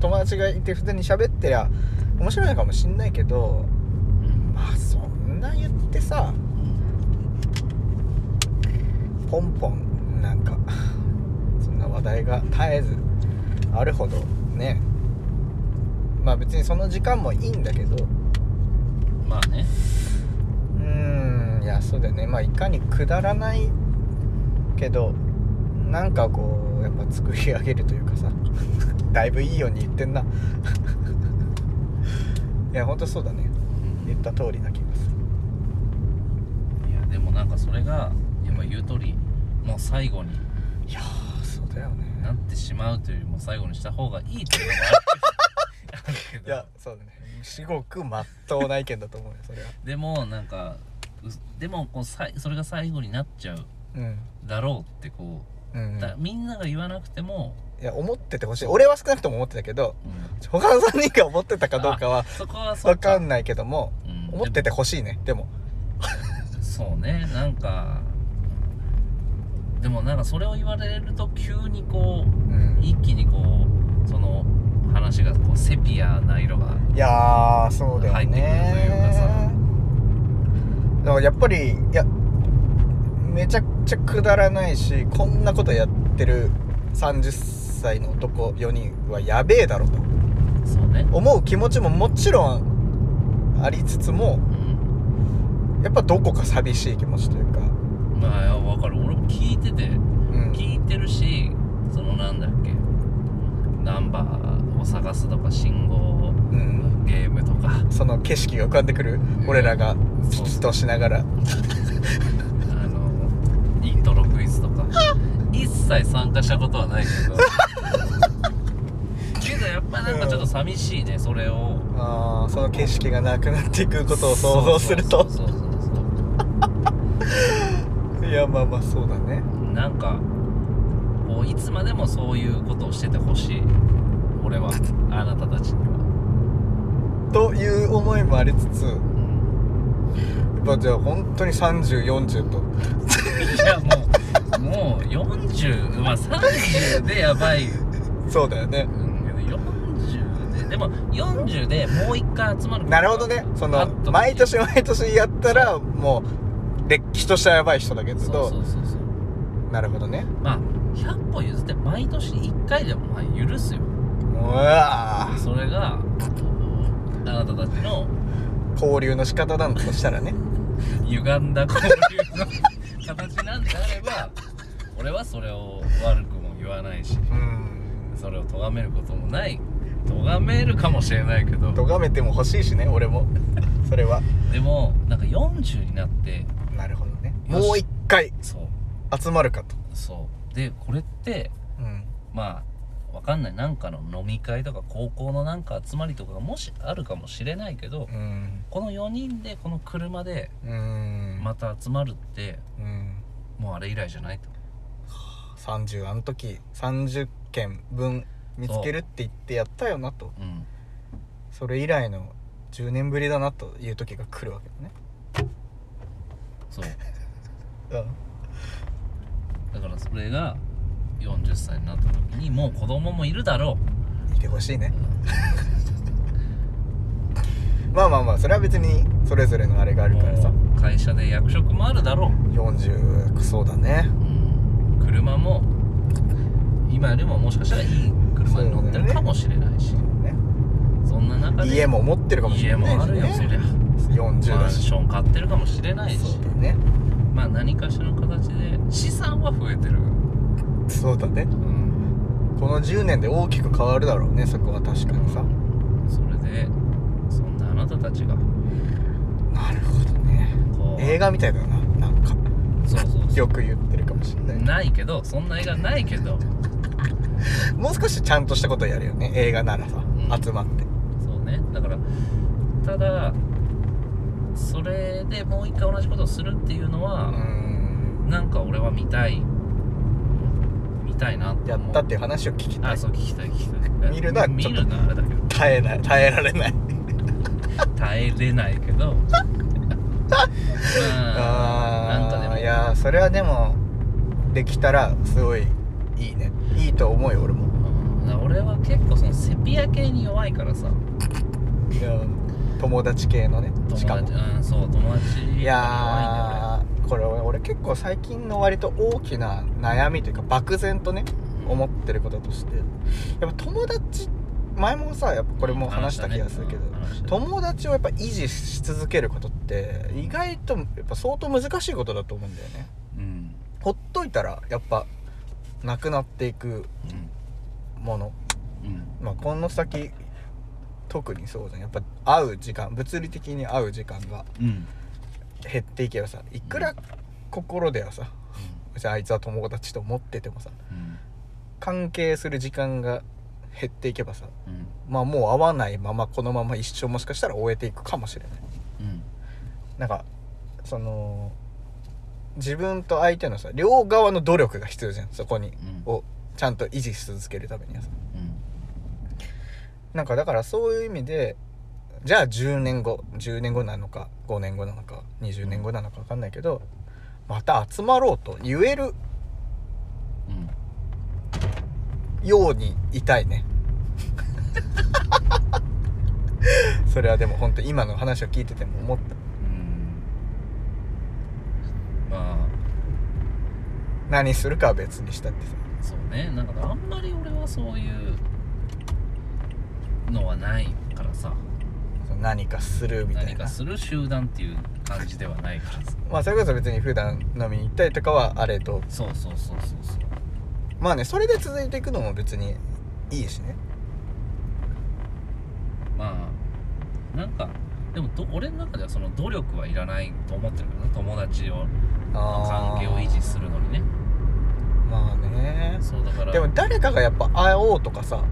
Speaker 4: 友達がいて普通に喋ってりゃ面白いのかもしんないけどまあそんな言ってさポンポンなんかそんな話題が絶えずあるほどねまあ別にその時間もいいんだけど
Speaker 3: まあね
Speaker 4: うーんいやそうだよねまあいかにくだらないけどなんかこうやっぱ作り上げるというかさ *laughs* だいぶいいように言ってんな *laughs* いやほんとそうだね言った通りな気がする
Speaker 3: いやでもなんかそれがやっぱ言う通りもう最後に
Speaker 4: いやーそうだよね
Speaker 3: なってしまうというよりも最後にした方がいいというのもあるけど
Speaker 4: *laughs* いやそうだね至極まっとうな意見だと思うよそれは
Speaker 3: でもなんかうでもこうさいそれが最後になっちゃう
Speaker 4: うん
Speaker 3: だろうってこ
Speaker 4: うん、
Speaker 3: う、
Speaker 4: うん、
Speaker 3: だみんなが言わなくても、
Speaker 4: いや思っててほしい俺は少なくとも思ってたけど
Speaker 3: うん
Speaker 4: 他の3人が思ってたかどうかは
Speaker 3: そこはそ
Speaker 4: 分
Speaker 3: うか
Speaker 4: かんないけども
Speaker 3: うん
Speaker 4: 思っててほしいねでも
Speaker 3: でもそうねなんかでもなんかそれを言われると急にこう
Speaker 4: うん
Speaker 3: 一気にこうその話がこうセピアな色が
Speaker 4: いやーそうだよね
Speaker 3: 入ってくるというかさ
Speaker 4: だからやっぱりいやめちゃくちゃくだらないしこんなことやってる30歳の男4人はやべえだろと
Speaker 3: そうね
Speaker 4: 思う気持ちももちろんありつつも
Speaker 3: うん
Speaker 4: やっぱどこか寂しい気持ちというか、
Speaker 3: まあわかる俺も聞いてて
Speaker 4: うん、
Speaker 3: 聞いてるしそのなんだっけナンバーを探すとか信号
Speaker 4: うん
Speaker 3: ゲームとか
Speaker 4: その景色が浮かんでくる
Speaker 3: ん
Speaker 4: 俺らが
Speaker 3: そ
Speaker 4: ツ
Speaker 3: う
Speaker 4: ツとしながら
Speaker 3: あのイントロクイズとか一切参加したことはないけ
Speaker 4: *laughs*
Speaker 3: どけどやっぱなんかちょっと寂しいねそれを
Speaker 4: あーその景色がなくなっていくことを想像すると
Speaker 3: そうそうそうそうそう
Speaker 4: いやまあまあそうだね
Speaker 3: なんかこういつまでもそういうことをしててほしい俺
Speaker 4: *laughs*
Speaker 3: はあなたたちには、
Speaker 4: という思いもありつつや
Speaker 3: うん
Speaker 4: っぱじゃあ本当に3040と
Speaker 3: いやもうもう40まあ30でやばい、
Speaker 4: そうだよね
Speaker 3: うん、40ででも40でもう一回集まる
Speaker 4: なるほどねその毎年毎年やったらもうれっきとしたやばい人だけ
Speaker 3: け
Speaker 4: ど
Speaker 3: そうそうそうそう
Speaker 4: なるほどね
Speaker 3: まあ100歩譲って毎年1回でもまあ許すよ
Speaker 4: うわー
Speaker 3: それがあなたたちの
Speaker 4: 交流の仕方なんだとしたらね
Speaker 3: 歪んだ交流の形なんであれば俺はそれを悪くも言わないし
Speaker 4: うん
Speaker 3: それを咎めることもない咎めるかもしれないけど
Speaker 4: 咎めても欲しいしね俺も *laughs* それは
Speaker 3: でもなんか40になって
Speaker 4: なるほどね
Speaker 3: よし
Speaker 4: もう一回
Speaker 3: そう
Speaker 4: 集まるかと
Speaker 3: そうでこれって
Speaker 4: うん
Speaker 3: まあわかんないなんかの飲み会とか高校のなんか集まりとかがもしあるかもしれないけど
Speaker 4: うん
Speaker 3: この4人でこの車で
Speaker 4: うん
Speaker 3: また集まるって
Speaker 4: うん
Speaker 3: もうあれ以来じゃないと
Speaker 4: 30あの時30件分見つけるって言ってやったよなと
Speaker 3: うん
Speaker 4: それ以来の10年ぶりだなという時が来るわけだね
Speaker 3: そう
Speaker 4: う
Speaker 3: だからそれが40歳になった時にもう子供もいるだろ
Speaker 4: んいてほしいうねまあまあまあそれは別にそれぞれのあれがあるからさ
Speaker 3: もう会社で役職もあるだろ
Speaker 4: 40そうだね
Speaker 3: う、車も今よりももしかしたらいい車に乗ってるかもしれないし
Speaker 4: ね
Speaker 3: そ,、んな中で
Speaker 4: 家も持ってるかもし
Speaker 3: 家
Speaker 4: れない
Speaker 3: もあ
Speaker 4: し、
Speaker 3: るよそり
Speaker 4: ね、
Speaker 3: ゃ
Speaker 4: 40
Speaker 3: マ
Speaker 4: だ
Speaker 3: ン
Speaker 4: し
Speaker 3: ション買ってるかもしれないし
Speaker 4: そうだね
Speaker 3: まあ何かしらの形で資産は増えてる、
Speaker 4: そうだね
Speaker 3: うん、
Speaker 4: この10年で大きく変わるだろうねそこは確かにさ
Speaker 3: それでそんなあなたたちが
Speaker 4: なるほどね
Speaker 3: こう
Speaker 4: 映画みたいだななんか
Speaker 3: そうそうそう
Speaker 4: よく言ってるかもしれない
Speaker 3: ないけどそんな映画ないけ
Speaker 4: *laughs*
Speaker 3: ど
Speaker 4: もう少しちゃんとしたことやるよね映画ならさ
Speaker 3: うん
Speaker 4: 集まって
Speaker 3: そうねだからただそれでもう一回同じことをするっていうの
Speaker 4: う
Speaker 3: は、
Speaker 4: ん
Speaker 3: なんか俺は見たい見たいなって
Speaker 4: や
Speaker 3: 思う
Speaker 4: ったっていう話を聞きたい
Speaker 3: あそう聞きたい聞きたい
Speaker 4: 見るのは
Speaker 3: 見
Speaker 4: ちょっと
Speaker 3: るのはあれだけど
Speaker 4: 耐えない耐えられない
Speaker 3: 耐えれないけ
Speaker 4: *laughs*
Speaker 3: どまあ
Speaker 4: あー
Speaker 3: なんかでも
Speaker 4: いやーそれはでもできたらすごいいいねいいと思うよ俺も
Speaker 3: うんな俺は結構そのセピア系に弱いからさ
Speaker 4: いや友達系のねしか
Speaker 3: 友
Speaker 4: も
Speaker 3: 達うんそう友達に弱いんだよ
Speaker 4: い
Speaker 3: 俺
Speaker 4: やーこれ俺俺結構最近の割と大きな悩みというか漠然とね思ってることとしてやっぱ友達前もさやっぱこれも話した気がするけど、
Speaker 3: 話したね
Speaker 4: 友達をやっぱ維持し続けることって意外とやっぱ相当難しいことだと思うんだよね
Speaker 3: うん
Speaker 4: ほっといたらやっぱなくなっていくもの
Speaker 3: うん
Speaker 4: まあこの先特にそうだねやっぱ会う時間物理的に会う時間が
Speaker 3: うんうん
Speaker 4: 減っていけばさいくら心ではさ別にあいつは友達と思っててもさ
Speaker 3: うん
Speaker 4: 関係する時間が減っていけばさ
Speaker 3: うん
Speaker 4: まあもう会わないままこのまま一生もしかしたら終えていくかもしれない
Speaker 3: うん
Speaker 4: なんかその自分と相手のさ両側の努力が必要じゃんそこに、
Speaker 3: うん
Speaker 4: をちゃんと維持し続けるためにはさ
Speaker 3: うん
Speaker 4: なんかだからそういう意味でじゃあ10年後10年後なのか5年後なのか20年後なのか分かんないけどまた集まろうと言える
Speaker 3: うん
Speaker 4: ようにいたいね *laughs* それはでも本当今の話を聞いてても思った
Speaker 3: うんま
Speaker 4: 何するかは別にしたってさ
Speaker 3: あそうねなんかあんまり俺はそういうのはないからさ
Speaker 4: その何かするみたい
Speaker 3: 何
Speaker 4: な
Speaker 3: かする集団っていう感じではないからさ
Speaker 4: まあそれこそ別に普段飲みに行ったりとかはあれと
Speaker 3: そうそうそうそうそう
Speaker 4: まあねそれで続いていくのも別にいいしね
Speaker 3: まあなんかでもど俺の中ではその努力はいらないと思ってるからさ友達を
Speaker 4: あ
Speaker 3: 関
Speaker 4: ー
Speaker 3: 係を維持するのにね
Speaker 4: まあね
Speaker 3: そうだから
Speaker 4: でも誰かがやっぱ会おうとかさ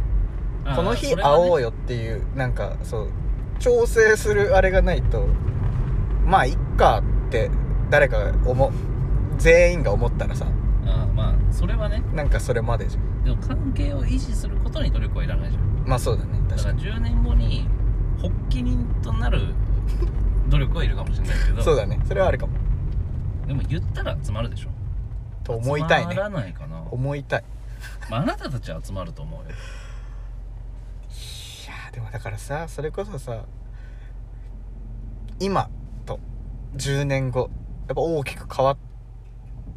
Speaker 3: あー
Speaker 4: この日
Speaker 3: それ
Speaker 4: 会
Speaker 3: はね
Speaker 4: おうよっていうなんかそう調整するあれがないとまあいっかって誰かが思う全員が思ったらさ
Speaker 3: あーまあそれはね
Speaker 4: なんかそれまでじゃん
Speaker 3: でも関係を維持することに努力はいらないじゃん
Speaker 4: まあそうだね
Speaker 3: だか
Speaker 4: 確からに
Speaker 3: 10年後に発起人となる *laughs* 努力はいるかもしれないけど
Speaker 4: そうだねそれはあるかも
Speaker 3: でも言ったら集まるでしょ
Speaker 4: と思いたい
Speaker 3: 集
Speaker 4: ね
Speaker 3: まらないかな、
Speaker 4: 思いたい
Speaker 3: まあ、あなたたちは集まると思うよ
Speaker 4: いやーでもだからさそれこそさ今と10年後やっぱ大きく変わっ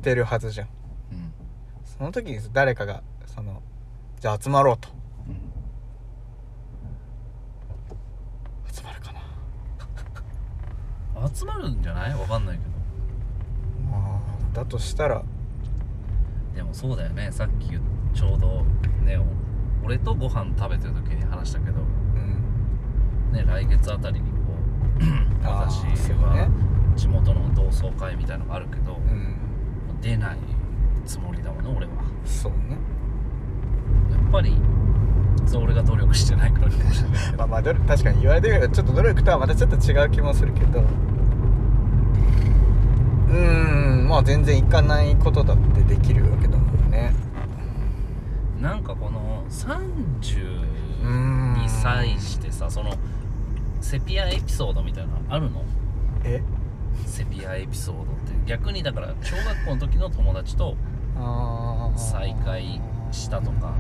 Speaker 4: てるはずじゃん
Speaker 3: うん
Speaker 4: その時にさ誰かがそのじゃあ集まろうと
Speaker 3: うん
Speaker 4: 集まるかな
Speaker 3: 集まるんじゃないわかんないけど
Speaker 4: まあだとしたら
Speaker 3: でもそうだよねさっきちょうどねお俺とご飯食べてる時に話したけど
Speaker 4: うん
Speaker 3: ね来月あたりにこう
Speaker 4: あ
Speaker 3: 私
Speaker 4: ー
Speaker 3: は地元の同窓会みたいのがあるけど、
Speaker 4: そうねうん
Speaker 3: 出ないつもりだもんね俺は
Speaker 4: そうね
Speaker 3: やっぱりそう俺が努力してないからかもしれ
Speaker 4: *laughs*
Speaker 3: ないけ
Speaker 4: ま
Speaker 3: ど
Speaker 4: あまあ努力確かに言われてみればちょっと努力とはまたちょっと違う気もするけどうーんまあ全然いかないことだってできるわけだもんね
Speaker 3: なんかこの
Speaker 4: うー
Speaker 3: 32
Speaker 4: ん
Speaker 3: 歳してさそのセピアエピソードみたいなのあるの
Speaker 4: え
Speaker 3: セピアエピソードって逆にだから小学校の時の友達と
Speaker 4: あー
Speaker 3: 再会したとか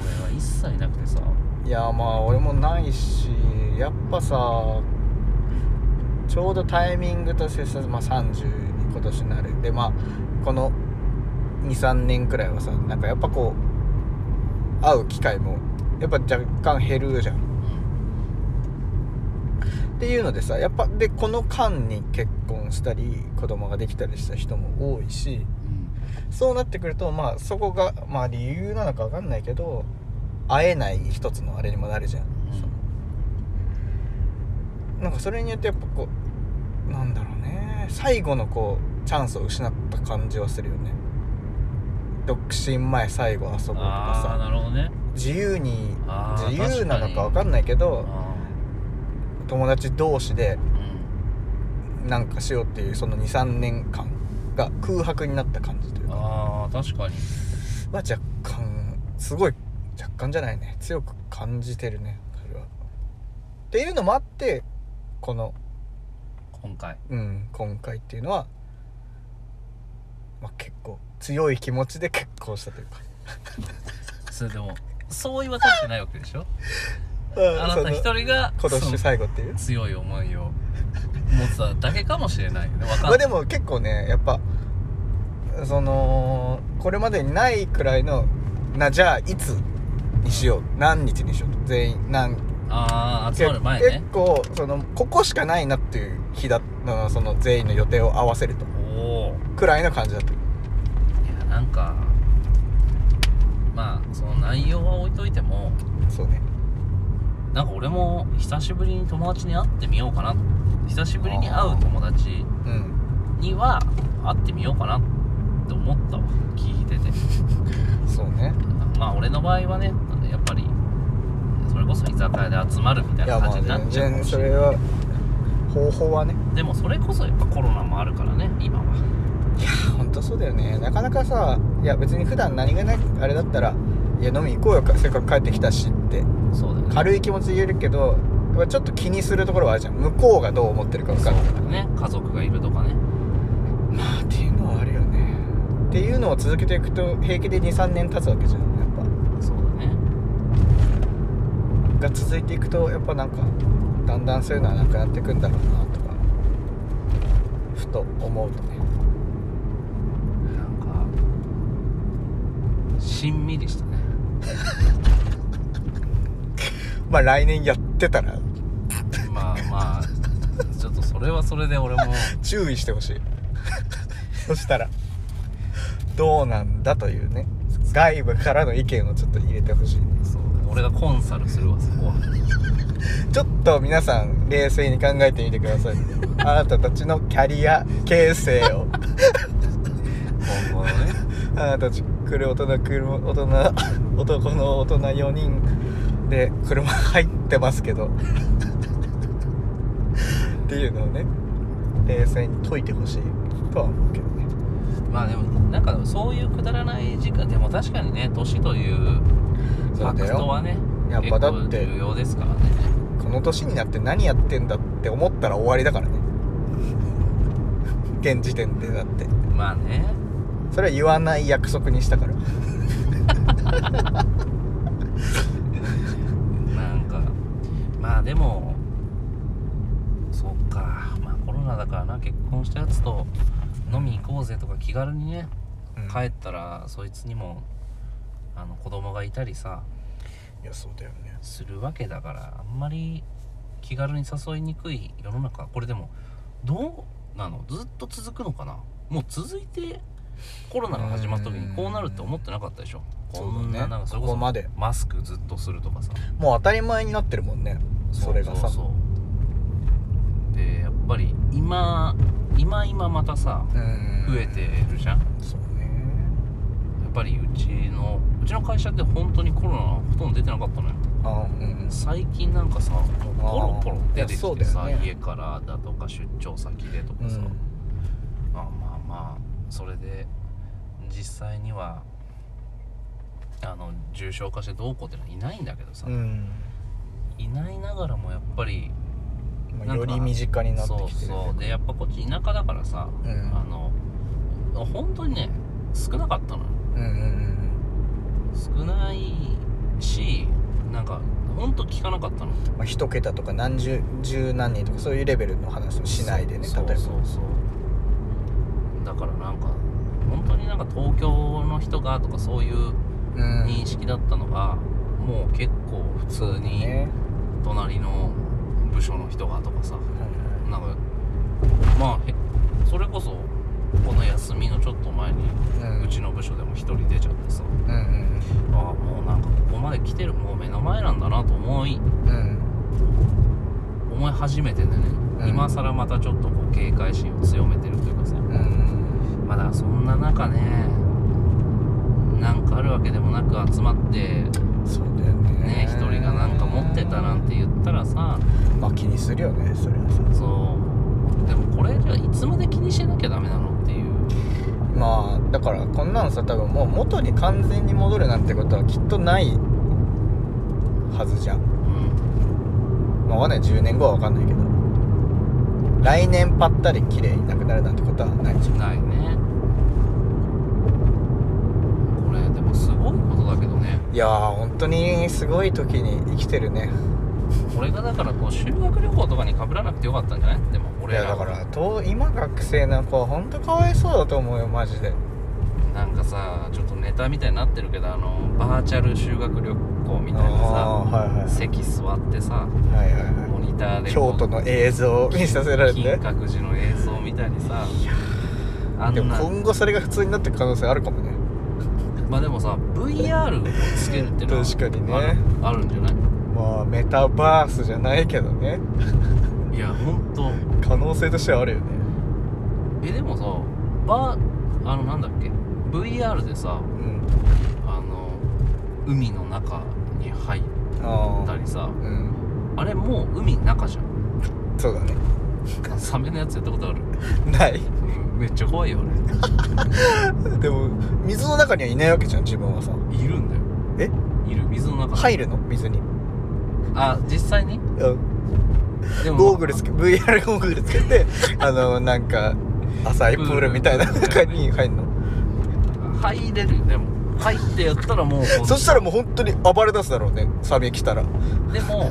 Speaker 3: 俺は一切なくてさ
Speaker 4: いやまあ俺もないしやっぱさちょうどタイミングとしてさ、まあ、30に今年なるでまあこの23年くらいはさなんかやっぱこう会う機会もやっぱ若干減るじゃん
Speaker 3: うん
Speaker 4: っていうのでさやっぱでこの間に結婚したり子供ができたりした人も多いしそうなってくるとまあそこがまあ理由なのか分かんないけど会えない一つのあれにもなるじゃん、なんかそれによってやっぱこうなんだろうね最後のこうチャンスを失った感じはするよね独身前最後遊ぼうと
Speaker 3: ああ
Speaker 4: か
Speaker 3: なるほどね
Speaker 4: さ自由に
Speaker 3: あー
Speaker 4: 自由な
Speaker 3: 確か
Speaker 4: のか
Speaker 3: に
Speaker 4: 分かんないけど
Speaker 3: あ
Speaker 4: 友達同士で
Speaker 3: ーうん
Speaker 4: なんかしようっていうその23年間が空白になった感じというか
Speaker 3: あー確かに
Speaker 4: は若干すごい若干じゃないね強く感じてるねそれは。っていうのもあってこの
Speaker 3: 今回
Speaker 4: うん、今回っていうのはまあ、結構強い気持ちで結婚したというか
Speaker 3: それでもそう言わされてないわけでしょあな
Speaker 4: そ
Speaker 3: た
Speaker 4: の
Speaker 3: 一人が
Speaker 4: 今
Speaker 3: その
Speaker 4: 年最後っていう
Speaker 3: 強い思いを持ってただけかもしれないよねわかん
Speaker 4: ま
Speaker 3: な
Speaker 4: あ
Speaker 3: い
Speaker 4: でも結構ねやっぱそのこれまでにないくらいのなじゃあいつにしよう何日にしようと全員何
Speaker 3: ああ集
Speaker 4: け
Speaker 3: まる前
Speaker 4: 結
Speaker 3: ね
Speaker 4: 構そのここしかないなっていう日だったのその全員の予定を合わせると
Speaker 3: おお
Speaker 4: くらいの感じだった
Speaker 3: ーいやなんかまあその内容は置いといても
Speaker 4: そうね
Speaker 3: なんか俺も久しぶりに友達に会ってみようかな久しぶりに会う友達
Speaker 4: うん
Speaker 3: には会ってみようかなって思ったわ聞いてて
Speaker 4: そうね
Speaker 3: まあ俺の場合はねやっぱりそれこそ居酒屋で集まるみたい
Speaker 4: いや
Speaker 3: な
Speaker 4: ま
Speaker 3: 感じ
Speaker 4: あ
Speaker 3: になっ
Speaker 4: 全
Speaker 3: ちゃうか
Speaker 4: 然
Speaker 3: もし
Speaker 4: そ
Speaker 3: れ
Speaker 4: れ
Speaker 3: ない
Speaker 4: は方法はね
Speaker 3: でもそれこそやっぱコロナもあるからね今は
Speaker 4: 本当そうだよねなかなかさいや別に普段何気ないあれだったらいや飲み行こうよせっかく帰ってきたしって
Speaker 3: そうだよね
Speaker 4: 軽い気持ちで言えるけどやっぱちょっと気にするところはあるじゃん向こうがどう思ってるか分かる
Speaker 3: そうだよね家族がいるとかね
Speaker 4: まあっていうのはあるよねっていうのを続けていくと平気で23年経つわけじゃんやっ
Speaker 3: そうだね
Speaker 4: ぱが続いていくとやっぱなんかだんだんそういうのはなくなっていくんだろうなとかふと思うとね
Speaker 3: なんかしんみりしたね
Speaker 4: まあ来年やってたら
Speaker 3: まあまあちょっとそれはそれで俺も
Speaker 4: 注意してほしい *laughs* そしたらどうなんだというね外部からの意見をちょっと入れてほしい
Speaker 3: そうだね俺がコンサルするわそこは
Speaker 4: ちょっと皆さん冷静に考えてみてくだ
Speaker 3: *laughs*
Speaker 4: さいあなたたちのキャリア形成を
Speaker 3: 今後のね
Speaker 4: あなたたち来る大人来る大人男の大人4人で車入ってますけどっていうのをね冷静に解いてほしいとは思うけどね
Speaker 3: まあでもなんかそういうくだらない時間でも確かにね年というフ
Speaker 4: そ
Speaker 3: ァ
Speaker 4: うだ
Speaker 3: ク
Speaker 4: よ
Speaker 3: トはね
Speaker 4: やっぱだっ
Speaker 3: 結
Speaker 4: て
Speaker 3: 構重要ですからね
Speaker 4: この年になって何やってんだって思ったら終わりだからね現時点でだって
Speaker 3: まあね
Speaker 4: それは言わない約束にしたから
Speaker 3: なんかまあでもそっかまあコロナだからな結婚したやつと飲み行こうぜとか気軽にね
Speaker 4: うん
Speaker 3: 帰ったらそいつにもあの子供がいたりさ
Speaker 4: いやそうだよね
Speaker 3: するわけだからあんまり気軽に誘いにくい世の中これでもどうなのずっと続くのかなもう続いてコロナが始まった時にこうなるって思ってなかったでしょ
Speaker 4: そう
Speaker 3: こん
Speaker 4: だ
Speaker 3: な
Speaker 4: ね
Speaker 3: なんかそれ
Speaker 4: こ
Speaker 3: こそ
Speaker 4: こまで
Speaker 3: マスクずっとするとかさ
Speaker 4: もう当たり前になってるもんねそれが
Speaker 3: うそ
Speaker 4: さ
Speaker 3: うそうでやっぱり今今今またさ
Speaker 4: うん
Speaker 3: 増えてるじゃんや
Speaker 4: そうね
Speaker 3: っぱりうちのうちの会社って本当にコロナほとんど出てなかったのよ
Speaker 4: あうん
Speaker 3: 最近なんかさもうポロポロ出て
Speaker 4: あーいやそ
Speaker 3: き
Speaker 4: う
Speaker 3: て
Speaker 4: だ
Speaker 3: さ、
Speaker 4: よね
Speaker 3: 家からだとか出張先でと
Speaker 4: う
Speaker 3: かさ、
Speaker 4: ん
Speaker 3: まあまあまあそれで実際にはあの重症化してどうこうってのはいないんだけどさ、
Speaker 4: うん
Speaker 3: いないながらもやっぱり
Speaker 4: まあ
Speaker 3: なんか
Speaker 4: より身近になって
Speaker 3: そう
Speaker 4: きてる
Speaker 3: そうでやっぱこっち田舎だからさ、
Speaker 4: うん
Speaker 3: あの本当にね少なかったのよ
Speaker 4: うんうんうん
Speaker 3: 少ないしなんか本当聞かなかったの
Speaker 4: うんまあ一桁とか何十十何人とかそういうレベルの話をしないでね例
Speaker 3: そう
Speaker 4: えば
Speaker 3: そうそうそうだからなんか本当になんか東京の人がとかそういう
Speaker 4: うん
Speaker 3: 認識だったのが、もう結構普通に
Speaker 4: ね
Speaker 3: 隣の部署の人がとかさ
Speaker 4: はいはい
Speaker 3: なんかまあへそれこそこの休みのちょっと前に
Speaker 4: うん
Speaker 3: うちの部署でも1人出ちゃってさ
Speaker 4: うんうん
Speaker 3: ああもうなんかここまで来てるもう目の前なんだなと思い
Speaker 4: うん
Speaker 3: 思い始めてでね、
Speaker 4: うん
Speaker 3: 今更またちょっとこう警戒心を強めてるというかさ
Speaker 4: うんうん
Speaker 3: まあだからそんな中ねなんかあるわけでもなく集まって
Speaker 4: そうだよね
Speaker 3: ね一人がなんか持ってたなんて言ったらさ
Speaker 4: まあ気にするよねそれはさ
Speaker 3: そうでもこれじゃあいつまで気にしてなきゃダメなのっていう
Speaker 4: まあだからこんなのさ多分もう元に完全に戻るなんてことはきっとないはずじゃん
Speaker 3: うん
Speaker 4: まあわかんない10年後は分かんないけど来年ぱったり綺麗になくなるなんてことはないじゃん
Speaker 3: ないね
Speaker 4: いやー本当にすごい時に生きてるね
Speaker 3: 俺がだからこう修学旅行とかに被らなくてよかったんじゃないでも
Speaker 4: い
Speaker 3: 俺
Speaker 4: や
Speaker 3: ら
Speaker 4: だか
Speaker 3: は
Speaker 4: らと今学生の子は本当かわいそうだと思うよマジで
Speaker 3: なんかさちょっとネタみたいになってるけどあのバーチャル修学旅行みたい
Speaker 4: あ
Speaker 3: な
Speaker 4: ーはいはい
Speaker 3: さ席座ってさ
Speaker 4: はいはい
Speaker 3: モ
Speaker 4: は
Speaker 3: ニター
Speaker 4: い
Speaker 3: で
Speaker 4: 京
Speaker 3: こう
Speaker 4: 都の映像を見させられて
Speaker 3: 金閣寺の映像みたいにさあん
Speaker 4: でも
Speaker 3: な
Speaker 4: 今後それが普通になってく可能性あるかもね
Speaker 3: まあでもさ VR をつけるってのは
Speaker 4: 確かにね
Speaker 3: あるあるんじゃない
Speaker 4: まあメタバースじゃないけどね
Speaker 3: いやほんと
Speaker 4: 可能性としてはあるよね
Speaker 3: えでもさバーあのなんだっけ VR でさ
Speaker 4: うん
Speaker 3: あの海の中に入っ
Speaker 4: あ
Speaker 3: た
Speaker 4: あ
Speaker 3: りさ
Speaker 4: うん
Speaker 3: あれもう海の中じゃん
Speaker 4: そうだね
Speaker 3: サメのやつやったことある
Speaker 4: ない *laughs*
Speaker 3: うんめっちゃ怖いよあ
Speaker 4: でも水の中にはいないわけじゃん自分はさ
Speaker 3: れいるんだよ
Speaker 4: え
Speaker 3: いる水の中に
Speaker 4: 入るの水に
Speaker 3: あ実際に
Speaker 4: うん
Speaker 3: で
Speaker 4: ゴーグルつけ VR ゴーグルつけ
Speaker 3: *laughs*
Speaker 4: てあのなんか浅いプールみたいな
Speaker 3: プール
Speaker 4: 中に入るの
Speaker 3: 入れるよでも入ってやったらもうこん
Speaker 4: *laughs* そしたらもう本当に暴れ出すだろうねサビ来たら
Speaker 3: でも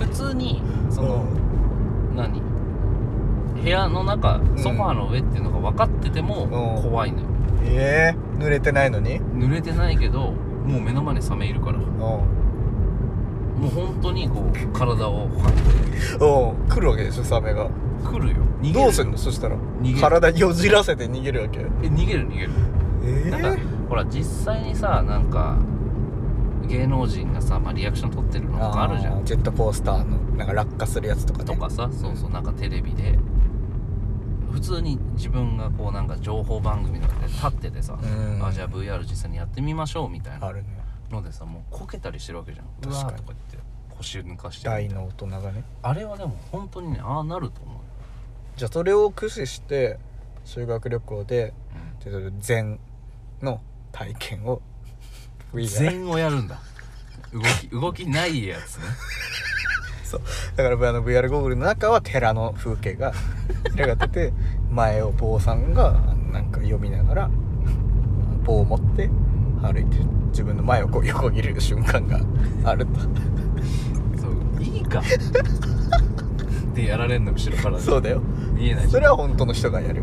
Speaker 3: 普通にその、何部屋の中
Speaker 4: ん
Speaker 3: ソファーの上っていうのが分かってても
Speaker 4: うん
Speaker 3: 怖いのよ、
Speaker 4: うんええ濡れてないのに
Speaker 3: 濡れてないけどもう目の前にサメいるからも
Speaker 4: うん
Speaker 3: う本当にこう体をこうやって
Speaker 4: うん来るわけでしょサメが
Speaker 3: 来るよ逃げる
Speaker 4: どうすんのそしたら
Speaker 3: げる
Speaker 4: 体よじらせて逃げるわけ
Speaker 3: え逃げる逃げる
Speaker 4: え
Speaker 3: なんかほら実際にさなんか芸能人がさ、まあ、リアクション取ってるのとかあるじゃん
Speaker 4: ジェットコースターのなんか落下するやつとかね
Speaker 3: とかさそうそうなんかテレビで普通に自分がこうなんか情報番組とかで立っててさ、
Speaker 4: うん
Speaker 3: あじゃあ VR 実際にやってみましょうみたい
Speaker 4: あ
Speaker 3: な
Speaker 4: るね
Speaker 3: のでさもうこけたりしてるわけじゃんう
Speaker 4: 確かに
Speaker 3: わーとか言って腰抜かして
Speaker 4: 大の大人がね
Speaker 3: あれはでも本当にねああなると思うよ、
Speaker 4: じゃあそれを駆使して修学旅行でちょっと禅の体験を
Speaker 3: うん、
Speaker 4: VR
Speaker 3: 全をやるんだ動き動きないやつね
Speaker 4: だからあの VR ゴーグルの中は寺の風景
Speaker 3: *laughs*
Speaker 4: が広がってて前を坊さんがなんか読みながら棒を持って歩いてる自分の前をこう横切る瞬間があると
Speaker 3: そういい
Speaker 4: *laughs*
Speaker 3: かでやられんの後ろからで
Speaker 4: そうだよ
Speaker 3: 見えない
Speaker 4: そ
Speaker 3: じゃん
Speaker 4: れは本当の人がやる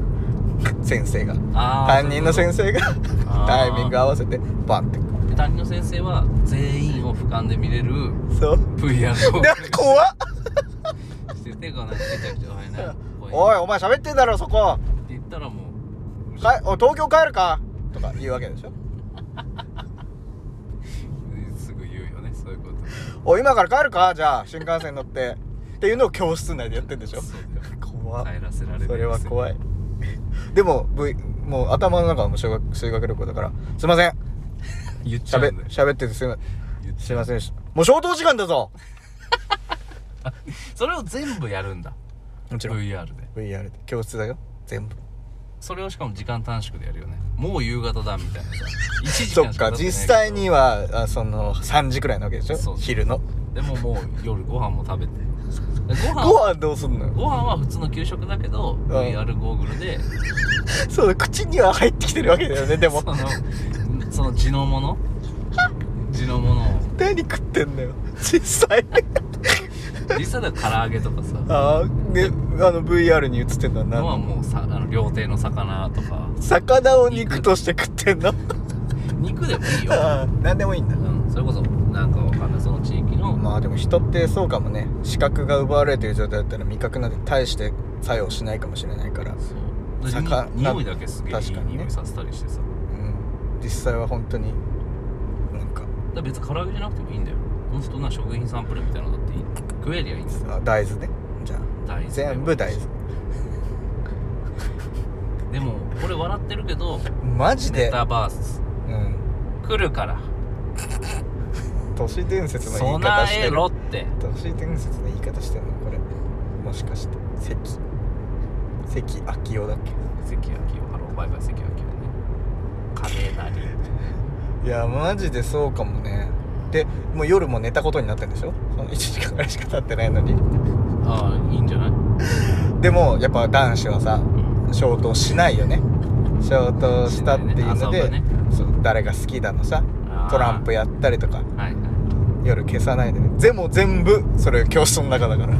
Speaker 4: 先生が
Speaker 3: あー
Speaker 4: 担任の先生が
Speaker 3: あー
Speaker 4: タイミング合わせてバンって
Speaker 3: で担任の先生は全員を俯瞰で見れる
Speaker 4: そう
Speaker 3: VR を
Speaker 4: な怖っ
Speaker 3: しててこうなんかめちゃくちゃおいな
Speaker 4: おい
Speaker 3: っ
Speaker 4: お前喋ってんだろそこ
Speaker 3: て言ったらもう
Speaker 4: かおい東京帰るかとか言うわけでしょ
Speaker 3: すぐ言うよねそういうこと
Speaker 4: おい今から帰るかじゃあ新幹線乗ってっていうのを教室内でやってんでしょ
Speaker 3: そうだよ
Speaker 4: 怖っ
Speaker 3: 帰らせられる
Speaker 4: それは怖
Speaker 3: い
Speaker 4: いでも、v、もう頭の中はもう小学修学旅行だからすいません
Speaker 3: 言っちゃうんだ
Speaker 4: 喋
Speaker 3: よ
Speaker 4: 喋っててすいません
Speaker 3: 言っ
Speaker 4: す
Speaker 3: ち
Speaker 4: い
Speaker 3: ゃう
Speaker 4: ませんでしたもう消灯時間だぞ
Speaker 3: それを全部やるんだ
Speaker 4: もちろん
Speaker 3: VR で
Speaker 4: VR で教室だよ全部
Speaker 3: それをしかも時間短縮でやるよねもう夕方だみたいなさ1時
Speaker 4: そ
Speaker 3: 間
Speaker 4: っ
Speaker 3: しか経
Speaker 4: か
Speaker 3: てないけど
Speaker 4: 実際にはあその3時くらいなわけでしょ
Speaker 3: そう
Speaker 4: 昼の
Speaker 3: でももう夜ご飯も食べてご飯
Speaker 4: ご飯どうすんのよ
Speaker 3: ご飯は普通の給食だけど VR ゴーグルで
Speaker 4: そうだ口には入ってきてるわけだよねでも
Speaker 3: そのその地のもの地のものを
Speaker 4: 何食ってんだよ実際
Speaker 3: 実際だから唐揚げとかさ
Speaker 4: あーであの VR に映ってんのは
Speaker 3: の
Speaker 4: 何
Speaker 3: はもうさあの料亭の魚とか
Speaker 4: 魚を肉として食ってんの
Speaker 3: 肉でもいいよ、
Speaker 4: *laughs* あー何でもいいんだ
Speaker 3: うん、それこそなんかわかんないその地域の、
Speaker 4: まあでも人ってそうかもね視覚が奪われてる状態だったら味覚なんて大して作用しないかもしれないから、
Speaker 3: そう
Speaker 4: 魚
Speaker 3: に匂いだけすげえい
Speaker 4: 確
Speaker 3: い
Speaker 4: かにね
Speaker 3: 匂いさせたりしてさ
Speaker 4: うん、実際は本当になん
Speaker 3: だ
Speaker 4: か
Speaker 3: から別に唐揚げじゃなくてもいいんだよ本当な食品サンプルみたいなのだっていい食えりゃいいんですよ
Speaker 4: あ大豆ねじゃあ
Speaker 3: 大豆
Speaker 4: 全部大豆
Speaker 3: でもこれ笑ってるけど
Speaker 4: マジ
Speaker 3: メ
Speaker 4: で、
Speaker 3: タバース
Speaker 4: うん、
Speaker 3: 来るから
Speaker 4: 都市伝説の言い方し
Speaker 3: 備
Speaker 4: て
Speaker 3: え
Speaker 4: る
Speaker 3: ろって
Speaker 4: 都市伝説の言い方してんのこれもしかして関関昭夫だっけ
Speaker 3: 関脇をハローバイバイ関脇をねカレーなり
Speaker 4: いやマジでそうかもねでもう夜も寝たことになってんでしょその1時間ぐらいしか経ってないのに
Speaker 3: ああいいんじゃない、
Speaker 4: でもやっぱ男子はさ
Speaker 3: うん
Speaker 4: 消灯しないよね消灯したっていうので、
Speaker 3: しないね朝はね
Speaker 4: そう誰が好きだのさトランプやったりとか
Speaker 3: はいはい
Speaker 4: 夜消さないでね全部全部それ教室の中だから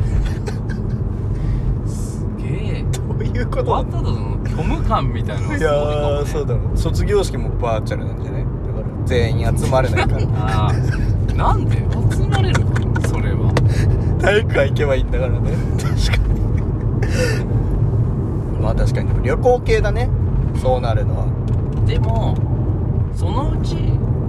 Speaker 3: すげえ
Speaker 4: どういうこと
Speaker 3: 終わった後の虚無感みたいなのが
Speaker 4: い
Speaker 3: すご
Speaker 4: や
Speaker 3: いかも
Speaker 4: ー
Speaker 3: ね
Speaker 4: そうだろう卒業式もバーチャルなんじゃないだから全員集まれない *laughs* から
Speaker 3: あーなんで集まれるのそれは
Speaker 4: 体育館行けばいいんだからね確かにまあ確かにでも旅行系だねそうなるのは
Speaker 3: でもそのうち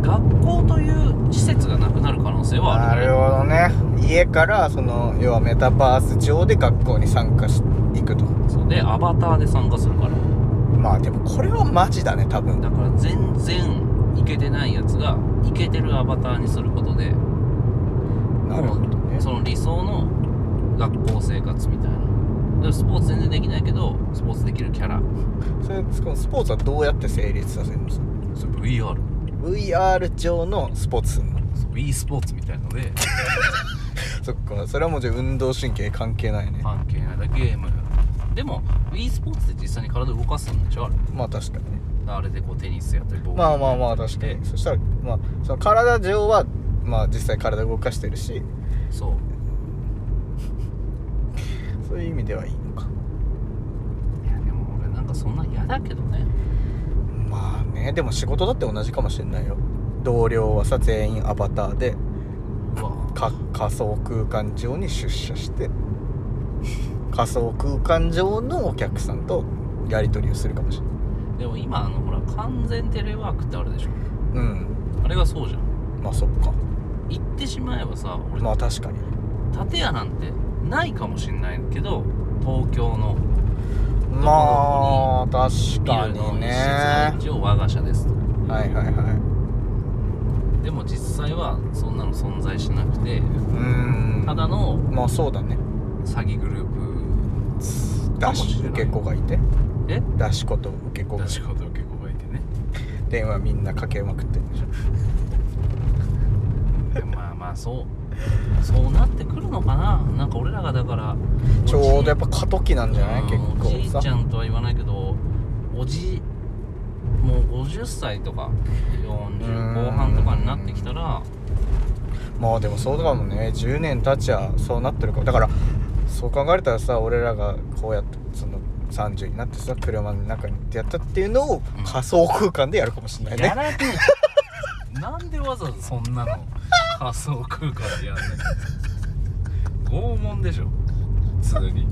Speaker 3: 学校という施設がなくなる可能性はあ
Speaker 4: な
Speaker 3: る
Speaker 4: るほどね家からその要はメタバース上で学校に参加していくと
Speaker 3: そうでアバターで参加するから
Speaker 4: まあでもこれはマジだね多分
Speaker 3: だから全然イケてないやつがイケてるアバターにすることで
Speaker 4: なるほどね
Speaker 3: その理想の学校生活みたいなだからスポーツ全然できないけどスポーツできるキャラ
Speaker 4: それそのスポーツはどうやって成立させるのさ
Speaker 3: それ VR
Speaker 4: VR 上のスポーツすんの
Speaker 3: e スポーツみたいので
Speaker 4: そっかそれはもうじゃあ運動神経関係ないね
Speaker 3: 関係ないだゲームでも e スポーツって実際に体動かすんでしょあれ
Speaker 4: まあ確かにね
Speaker 3: あれでこうテニスやったりボール
Speaker 4: まあまあまあ確か
Speaker 3: え
Speaker 4: にそしたらまあその体上はまあ実際体動かしてるし
Speaker 3: そう
Speaker 4: そういう意味ではいいのか
Speaker 3: いやでも俺なんかそんな嫌だけどね
Speaker 4: まあねでも仕事だって同じかもしれないよ同僚はさ全員アバターで
Speaker 3: うわ
Speaker 4: か仮想空間上に出社して *laughs* 仮想空間上のお客さんとやり取りをするかもしれない
Speaker 3: でも今あのほら完全テレワークってあるでしょ
Speaker 4: うん
Speaker 3: あれがそうじゃん
Speaker 4: まあそっか
Speaker 3: 行ってしまえばさ俺
Speaker 4: まあ確かに
Speaker 3: 建屋なんてないかもしんないけど東京の
Speaker 4: まあ確
Speaker 3: ビ
Speaker 4: か
Speaker 3: ルの一
Speaker 4: にね
Speaker 3: 室の一応我が社ですと
Speaker 4: はいはいはい
Speaker 3: でも実際はそんなの存在しなくて
Speaker 4: うーん
Speaker 3: ただの
Speaker 4: まあそうだね
Speaker 3: 詐欺グルーか
Speaker 4: 出
Speaker 3: もし
Speaker 4: し
Speaker 3: れない
Speaker 4: 受け子がいて
Speaker 3: プえ
Speaker 4: 出し子と受け子が
Speaker 3: 確かと受け子がいてね
Speaker 4: 電話みんなかけまくってるでしょ
Speaker 3: でもまあまあそうそうなってくるのかななんか俺らがだから
Speaker 4: ちょうどやっぱ過渡期なんじゃない結
Speaker 3: うんおじい
Speaker 4: 構
Speaker 3: ち
Speaker 4: さ
Speaker 3: ゃんとは言わないけどおじもう50歳とか40後半とかになってきたら
Speaker 4: まあでもそうかもね10年経ちゃそうなってるかもだからそう考えたらさ俺らがこうやってその30になってさ車の中に行ってやったっていうのを
Speaker 3: うん
Speaker 4: 仮想空間でやるかもしれない
Speaker 3: やら
Speaker 4: ね、
Speaker 3: ね
Speaker 4: *laughs*
Speaker 3: えなんでわざわざそんなの仮想空間でやんねん拷問でしょ普通に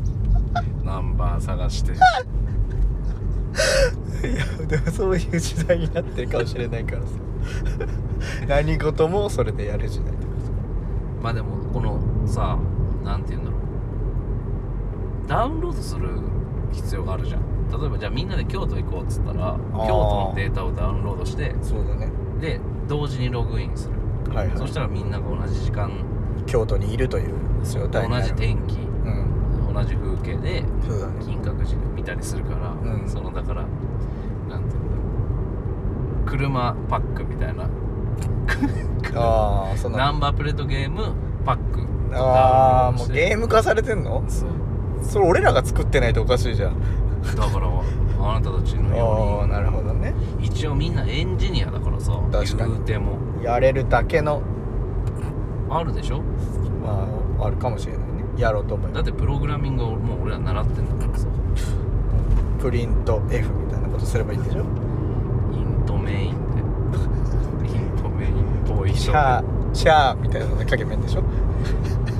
Speaker 3: ナンバー探して
Speaker 4: いやでもそういう時代になってるかもしれないからさ何事もそれでやる時代だからさ
Speaker 3: まあでもこのさなんて言うんだろうダウンロードする必要があるじゃん例えばじゃあみんなで京都行こうっつったら京都のデータをダウンロードして
Speaker 4: そうだね
Speaker 3: で同時にログインする、
Speaker 4: はいはい
Speaker 3: そしたらみんなが同じ時間
Speaker 4: 京都にいるという状
Speaker 3: 同
Speaker 4: 態になる
Speaker 3: じ天気
Speaker 4: うん
Speaker 3: 同じ風景で
Speaker 4: そうだね
Speaker 3: 金閣寺見たりするから、
Speaker 4: うん
Speaker 3: そのだからなんていうんだろう車パックみたいな
Speaker 4: ああその
Speaker 3: ナンバープレートゲームパック
Speaker 4: ああもう
Speaker 3: ダウ
Speaker 4: ゲー
Speaker 3: ンロ
Speaker 4: ム
Speaker 3: ド
Speaker 4: 化されてんの
Speaker 3: してそう
Speaker 4: それ俺らが作ってないとおかしいじゃん
Speaker 3: だからあなたたちの
Speaker 4: あ
Speaker 3: よ
Speaker 4: あなるほどね
Speaker 3: うに一応みんなエンジニアだからさ
Speaker 4: 確かに
Speaker 3: 言うても
Speaker 4: やれるだけの
Speaker 3: あるでしょ
Speaker 4: まああるかもしれないねやろうと思え
Speaker 3: だ
Speaker 4: ば
Speaker 3: ってプログラミングをもう俺ら習ってんだからさ
Speaker 4: プリント F みたいなことすればいいんでし
Speaker 3: イ
Speaker 4: ょ
Speaker 3: ントメイン
Speaker 4: *laughs*
Speaker 3: でイントメインボーイ
Speaker 4: シ
Speaker 3: シ
Speaker 4: ャ
Speaker 3: ョ
Speaker 4: ーシャーみたいなの書けばいいんでしょ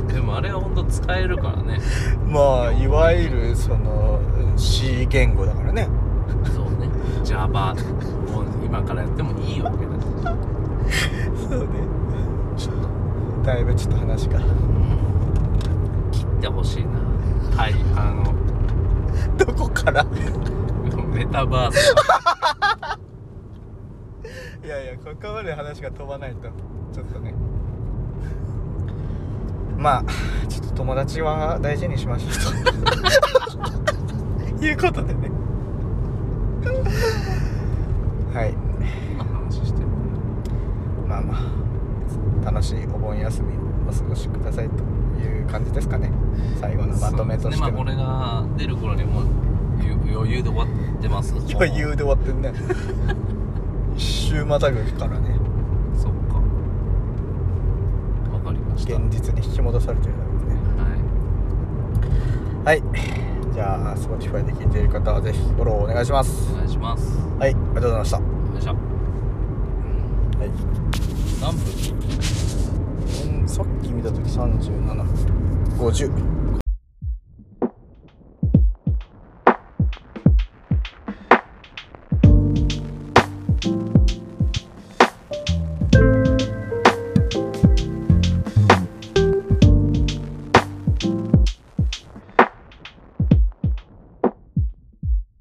Speaker 3: ーでもあれは本当使えるからね
Speaker 4: まあいわゆるその C 言語だからね
Speaker 3: そうね Java を今からやってもいいわけだし
Speaker 4: そうねだいぶちょっと話が *laughs*
Speaker 3: うん切ってほしいなはいあの *laughs*
Speaker 4: どこから
Speaker 3: メタバース
Speaker 4: いやいやここまで話が飛ばないとちょっとねまあちょっと友達は大事にしましょうと *laughs* いうことでねはい
Speaker 3: の話してる
Speaker 4: まあまあ楽しいお盆休みをお過ごしくださいという感じですかね最後のまとめとして
Speaker 3: そうですねま
Speaker 4: は、
Speaker 3: あこれが出る頃にもう余余裕で終わってます
Speaker 4: 余裕で終わってんね一周またぐからね
Speaker 3: そうした
Speaker 4: 現実に引き戻されてるだろうね
Speaker 3: は
Speaker 4: はいじゃあ Spotify で聞いている方はぜひフォローお願いしま
Speaker 3: い
Speaker 4: す
Speaker 3: お願いしますよ
Speaker 4: はいありがとうございました
Speaker 3: いしょ
Speaker 4: はい
Speaker 3: 何分
Speaker 4: うんさっき見た時3750